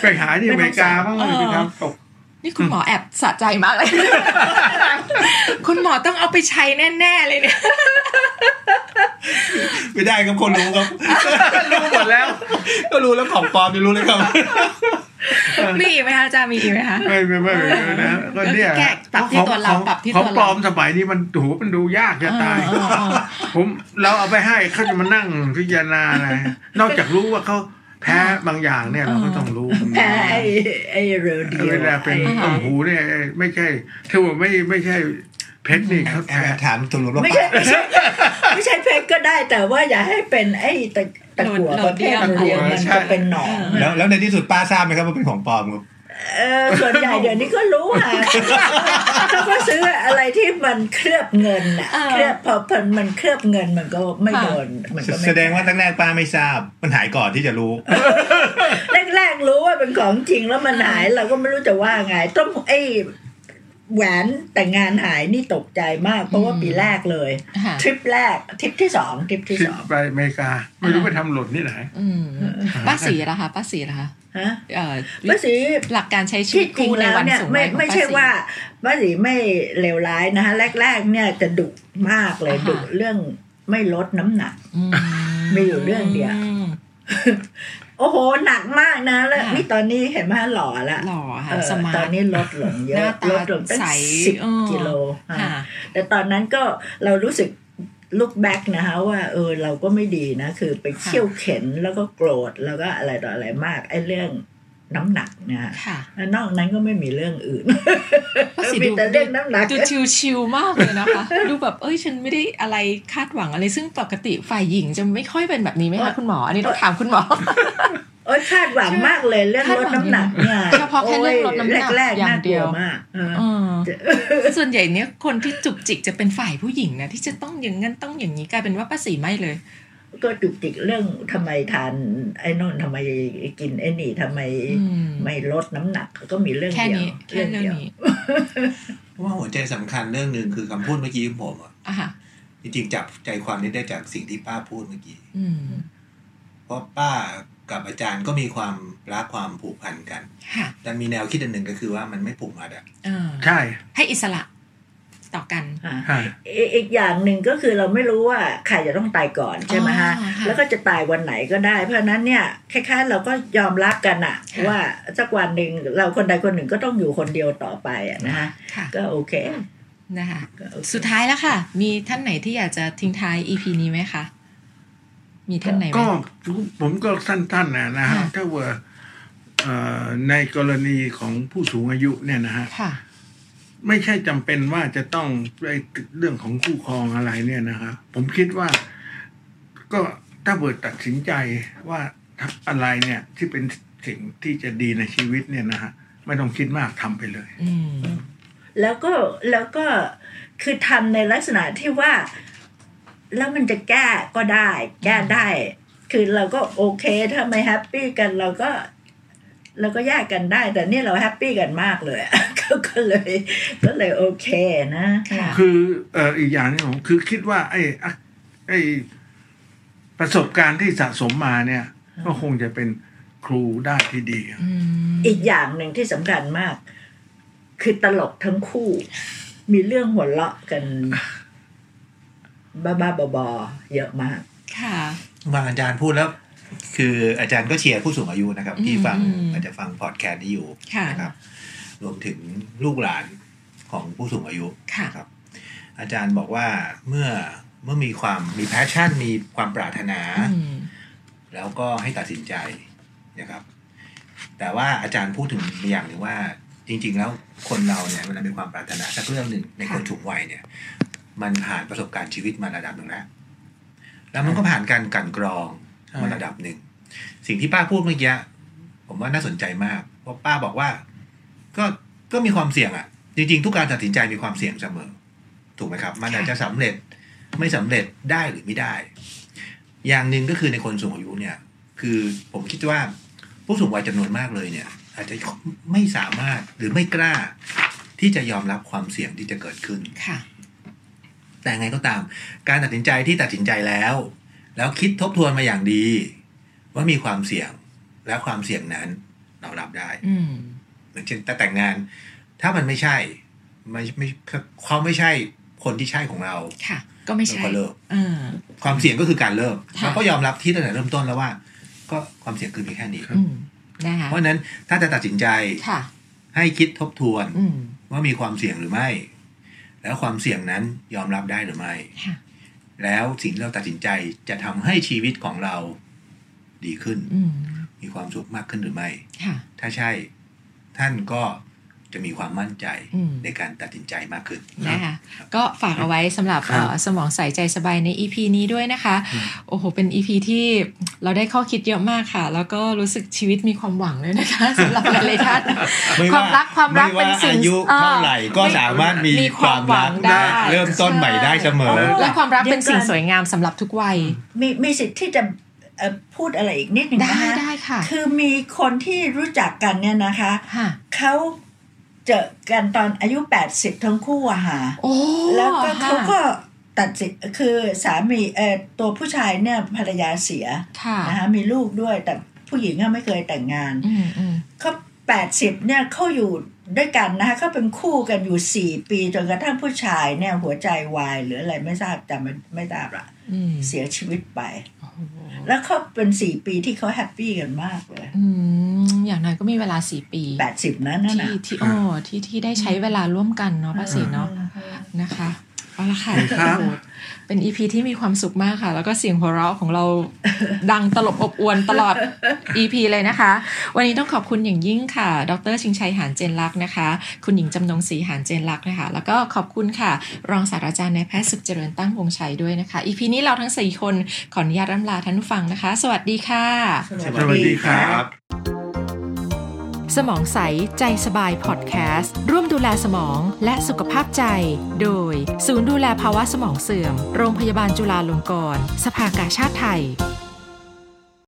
ไปหาที่อเมริกาบ้าง
เออ
ไปทำตก
นี่คุณหมอแอบสะใจ มากเลย คุณหมอต้องเอาไปใช้แน่ ๆ เลยเนี่ย
ไม่ได้ครับคนรู้ครับ
รู้หมดแล้ว
ก็รู้แล้วของปลอมจะรู้ เลยครับ
มีอีกไหมคะอาจารย์มีอีกไหมคะ
ไม่ไม่ไม่ไม่ไม่นะก็เนี่ย
แก้ปรับที่ตัวเรา
ของ
ปรับที่
ข
ตัวเรา
องปลอมสมัยนี้มันโหมันดูยากจะตาย
เออเออ
ผมเราเอาไปให้เขาจะมานั่งพิจารณาอะไรนอกจากรู้ว่าเขาแพ้บางอย่างเนี่ยเราก็ต้องรู้
แพ้ไอ้ไอ้เรอเดียว
เวลาเป็น
อ่า
ต้มหูเนี่ยไม่ใช่ถือว่าไม่ไม่ใช่เพชรนี่เขา
แอ
แพ้
บถามตุลลบ
ไม่ใช่ไม่ใช่ไม่ใช่เพชรก็ได้แต่ว่าอย่าให้เป็นไอ้ตะตะกัว
โหลดโหล
ป
ด
ระเภท
เดียว
เดียวมันจะเป็นหนอง
แล้วแล้วในที่สุดป้าทราบไหมครับว่าเป็นของปลอมครับ
เออส่วนใหญ่เดี๋ยวนี้ก็รู้ ค่ะเขาก็ซื้ออะไรที่มันเคลือบเงินอะ
เออ
เคลือบพอมันเคลือบเงินมันก็ไม่โดนมันก็ไม่
แสดงว่าตั้งแรกป้าไม่ทราบ มันหายก่อนที่จะรู้
แรกๆรู้ว่าเป็นของจริงแล้วมันหายเราก็ไม่รู้จะว่าไงต้องไอ้แหวนแต่งงานหายนี่ตกใจมาก เพราะว่าปีแรกเลย
ค่ะ
ทริปแรกทริปที่สองทริปที่
ที่
สอง
ไปอเมริกา ไม่รู้ไปทำหล่นที่ไหน
อืมป้าสีละคะป้าสีละคะ
ฮะ
เอ่อ
ป้าสี
หลักการใช้ชี
ที่
วิต
จริง
คู่ใน
แล้ว
วัน
เนี่ย
สูงวั
ไม่
ยของ
ไม่
ป้าศรี
ใช่ว่าป้าสีไม่เลวร้ายนะคะแรกๆเนี่ยจะดุมากเลย
อ่าฮะ
ดุเรื่องไม่ลดน้ำหนัก
อื
มีอยู่เรื่องเดียว
ม
โอ้โห หนักมากนะแล้ว
ค่ะ
นี่ตอนนี้เห็นไหมหล่อละ
หล่อ
เอ
ค่ะ
อ
สมา
ตอ
ร์
น
ท
นี้ลดลงเย
ห
อะ
น้าตา
ลดลงตั้ง
ใส
สิบ
เออ
กิโลอ่า
ค่ะ
แต่ตอนนั้นก็เรารู้สึกลุกแบ็กนะคะว่าเออเราก็ไม่ดีนะ คือไปเขี่ยวเข็นแล้วก็โกรธแล้วก็อะไรต่ออะไรมากไอ้เรื่องน้ำหนักนะคะ
ค่ะ
แล้วนอกนั้นก็ไม่มีเรื่อง อื่น
ก็สี
มี
ดู
แต่เรื่องน้ำหนัก
ดูชิวชิวๆมากเลย นะคะ ดูแบบเอ้ยฉันไม่ได้อะไรคาดหวังอะไรซึ่งปกติฝ่ายหญิงจะไม่ค่อยเป็นแบบนี้ไหมคะคุณหมอ อันนี้ต้องถามคุณหมอ
โอ้ยคาดหวังมากเลยเรื่องลดน้ำหนักเนี่ย
เฉพาะแค่เรื่องลดน้ำหนัก
โแรกๆ
อย่าง
น่กลั
เดียว
มากเออ
เอ อส่วนใหญ่เนี้ยคนที่จุกจิกจะเป็นฝ่ายผู้หญิงนะที่จะต้องอย่างนั้นต้องอย่างนี้กลายเป็นว่าป้าสีไม่เลย
ก็จุกจิกเรื่องทำไมทานไอ้นนทำไมกินไอ้นี่ทำไม
อืม
ไม่ลดน้ำหนักก็มีเรื่อง
แค่
เดียว
นี้แค่เรื่อง
ดียว
นี้
เพราะว่าหัวใจสำคัญเรื่องหนึ่งคือคำพูดเมื่อกี้ของผมอะ
อ่ะค่ะ
จริงๆจับใจความนี้ได้จากสิ่งที่ป้าพูดเมื่อกี้
อืม
เพราะป้ากับอาจารย์ก็มีความรักความผูกพันกัน
ค่ะ
แต่มีแนวคิดอันหนึ่งก็คือว่ามันไม่ผูกมัดอะ
เออ
ใช่
ให้อิสระต่อกัน
ใช่
อีกอีกอย่างหนึ่งก็คือเราไม่รู้ว่าใครจะต้องตายก่อนใช่ไหมฮะ
อ๋อค่ะ
แล้วก็จะตายวันไหนก็ได้ เพราะฉะนั้นเนี่ยคล้ายๆเราก็ยอมรับกันอะ
ค่ะ
ว่าสักวันหนึ่งเราคนใดคนหนึ่งก็ต้องอยู่คนเดียวต่อไปอะนะฮะ
ค่ะ
ก็โอเค
นะคะ
ก็โอเค
สุดท้ายแล้วค่ะ มีท่านไหนที่อยากจะทิ้งท้าย EP นี้ไหมคะ มีท่านไหนไหม
ก็ผมก็สั้นๆนะนะฮะ
ค่ะ
ถ้าว่าเอ่อในกรณีของผู้สูงอายุเนี่ยนะฮะ
ค่ะ
ไม่ใช่จำเป็นว่าจะต้องไปเรื่องของคู่ครองอะไรเนี่ยนะครับผมคิดว่าก็ถ้าเบิดตัดสินใจว่าอะไรเนี่ยที่เป็นสิ่งที่จะดีในชีวิตเนี่ยนะฮะไม่ต้องคิดมากทำไปเลย
อืม
แล้วก็แล้วก็คือทำในลักษณะที่ว่า แล้วมันจะแก้ก็ได้ แก้ได้ คือเราก็โอเคถ้าไม่แฮปปี้กันเราก็เราก็แยกกันได้ แต่นี่เราแฮปปี้กันมากเลยอะ ก็ก็เลยก็เลยโอเคนะ
ค่ะ
คือเอ่ออีกอย่างหนึงผมคือคิดว่า ไอ้อะไอ้ประสบการณ์ที่สะสมมาเนี่ย ก็คงจะเป็นครูได้ที่ดี
อืม
อีกอย่างหนึ่งที่สำคัญมาก คือตลกทั้งคู่ มีเรื่องหัวเราะกัน บ้าๆบอๆเยอะมาก
ค่ะ
บางอาจารย์พูดแล้ว คืออาจารย์ก็เชียร์ผู้สูงอายุนะครับ ที่ฟัง
อืม
อาจจะฟังพอดแคสต์นี้อยู่
ค่ะ
นะครับ รวมถึงลูกหลานของผู้สูงอายุ
ค่ะ
ครับอาจารย์บอกว่าเมื่อเมื่อมีความมีแพชชั่น มีความปรารถนา
อืม
แล้วก็ให้ตัดสินใจนะครับ แต่ว่าอาจารย์พูดถึงอย่างหนึ่งว่า จริง ๆ แล้วคนเราเนี่ยเวลามีความปรารถนาสักเรื่องหนึ่งใน
ค่ะ
คนสูงวัยเนี่ย มันผ่านประสบการณ์ชีวิตมาระดับหนึ่งแล้ว แล้วมันก็ผ่านการกลันกรอง
ใช่
มาระดับหนึ่ง สิ่งที่ป้าพูดเมื่อกี้ผมว่าน่าสนใจมากเพราะป้าบอกว่า ก็ก็มีความเสี่ยงอะ่ะ จริง ๆ ทุกการตัดสินใจมีความเสี่ยงเสมอ ถูกไหมครับ มันอาจจะสำเร็จไม่สำเร็จได้หรือไม่ได้ อย่างหนึ่งก็คือในคนสูงอายุเนี่ย คือผมคิดว่าผู้สูงวัยจำนวนมากเลยเนี่ย อาจจะไม่สามารถหรือไม่กล้า ที่จะยอมรับความเสี่ยงที่จะเกิดขึ้น
ค่ะ
แต่ไงก็ตาม การตัดสินใจที่ตัดสินใจแล้ว แล้วคิดทบทวนมาอย่างดี ว่ามีความเสี่ยงและความเสี่ยงนั้นเรารับได้
อืม
อย่างเช่นแต่แต่งงาน ถ้ามันไม่ใช่ไม่ไม่เขาไม่ใช่คนที่ใช่ของเรา
ค่ะ ก็ไม่
เรา
ใช่
ก็เลิก
เออ
ความเสี่ยงก็คือการเลิก
ค่ะ
เราก็ยอมรับที่ตั้งแต่เริ่มต้นแล้วว่า ก็ความเสี่ยงคือมีแค่นี้
อืม นะคะ
เพราะฉะนั้นถ้าจะตัดสินใจ
ค่ะ
ให้คิดทบทวน
อืม
ว่ามีความเสี่ยงหรือไม่ แล้วความเสี่ยงนั้นยอมรับได้หรือไม่
ค่ะ
แล้วสิ่งที่เราตัดสินใจจะทำให้ชีวิตของเราดีขึ้น
อืม
มีความสุขมากขึ้นหรือไม่
ค่ะ
ถ้าใช่ ท่านก็จะมีความมั่นใจ
อืม
ในการตัดสินใจมากขึ้น
นะคะก็ฝากเอาไว้สำหรับ
ครับ
เอ่อสมองใส่ใจสบายใน EP นี้ด้วยนะคะ โอ้โห เป็น EP ที่เราได้ข้อคิดเยอะมากค่ะ แล้วก็รู้สึกชีวิตมีความหวังเลยนะคะสำหรับหลายๆท่าน
ไม่
ความรักความรักเป็นสิ่ง
ไม่ว่าอายุเท่าไหร่ก็สามารถมี
มีความหวังได้
เริ่มต้นใหม่ได้เสมอ
ใช่
และความรักเป็นสิ่งสวยงามสำหรับทุกวัย
มีมีสิทธิ์ที่จะเอ่อพูดอะไรอีกนิดหนึ่ง
ได้
นะคะ
ได้ค่ะ
คือมีคนที่รู้จักกันเนี่ยนะคะ
ค่ะ
เขาเจอกันตอนอายุ 80 ทั้งคู่อะค่ะ
โอ้
แล้วก็
ค่ะ
เขาก็ตัดสินคือสามีเออตัวผู้ชายเนี่ยภรรยาเสีย
ค่ะ
นะคะมีลูกด้วยแต่ผู้หญิงก็ไม่เคยแต่งงาน
อืมอืม
เขา80 เนี่ยเขาอยู่ ด้วยกันนะคะเขาเป็นคู่กันอยู่สี่ปีจนกระทั่งผู้ชายเนี่ยหัวใจวายหรืออะไรไม่ทราบจำไม่ไม่ทราบละ
อืม
เสียชีวิตไป
โอ้โห
แล้วเขาเป็นสี่ปีที่เขาแฮปปี้กันมากเลย
อืมอย่างน้อยก็มีเวลาสี่ปี
แปดสิบนะนั่น
ที่
น่ะ
ที่โอ้ที่ที่ได้ใช้เวลาร่วมกันเนาะภาษีเนาะ นะคะเอาละค่ะ
ครับ
โอ้โหเป็นอีพีที่มีความสุขมากค่ะ แล้วก็เสียงหัวเราะของเรา ดังตลบอบอวนตลอด EP เลยนะคะ วันนี้ต้องขอบคุณอย่างยิ่งค่ะ ดรชิงชัยหานเจนลักษณ์นะคะ คุณหญิงจำนงศรีหานเจนลักษณ์นะคะ แล้วก็ขอบคุณค่ะ รองศาสตราจารย์นายแพทย์สุขเจริญตั้งวงชัยด้วยนะคะ EP นี้เราทั้งสี่คนขออนุญาตร่ำลาท่านผู้ฟังนะคะ สวัสดีค่ะ
สวัสดีครับ
啊
สมองใส ใจสบายพอดแคสต์ร่วมดูแลสมองและสุขภาพใจ โดย ศูนย์ดูแลภาวะสมองเสื่อม โรงพยาบาลจุฬาลงกรณ์สภากาชาติไทย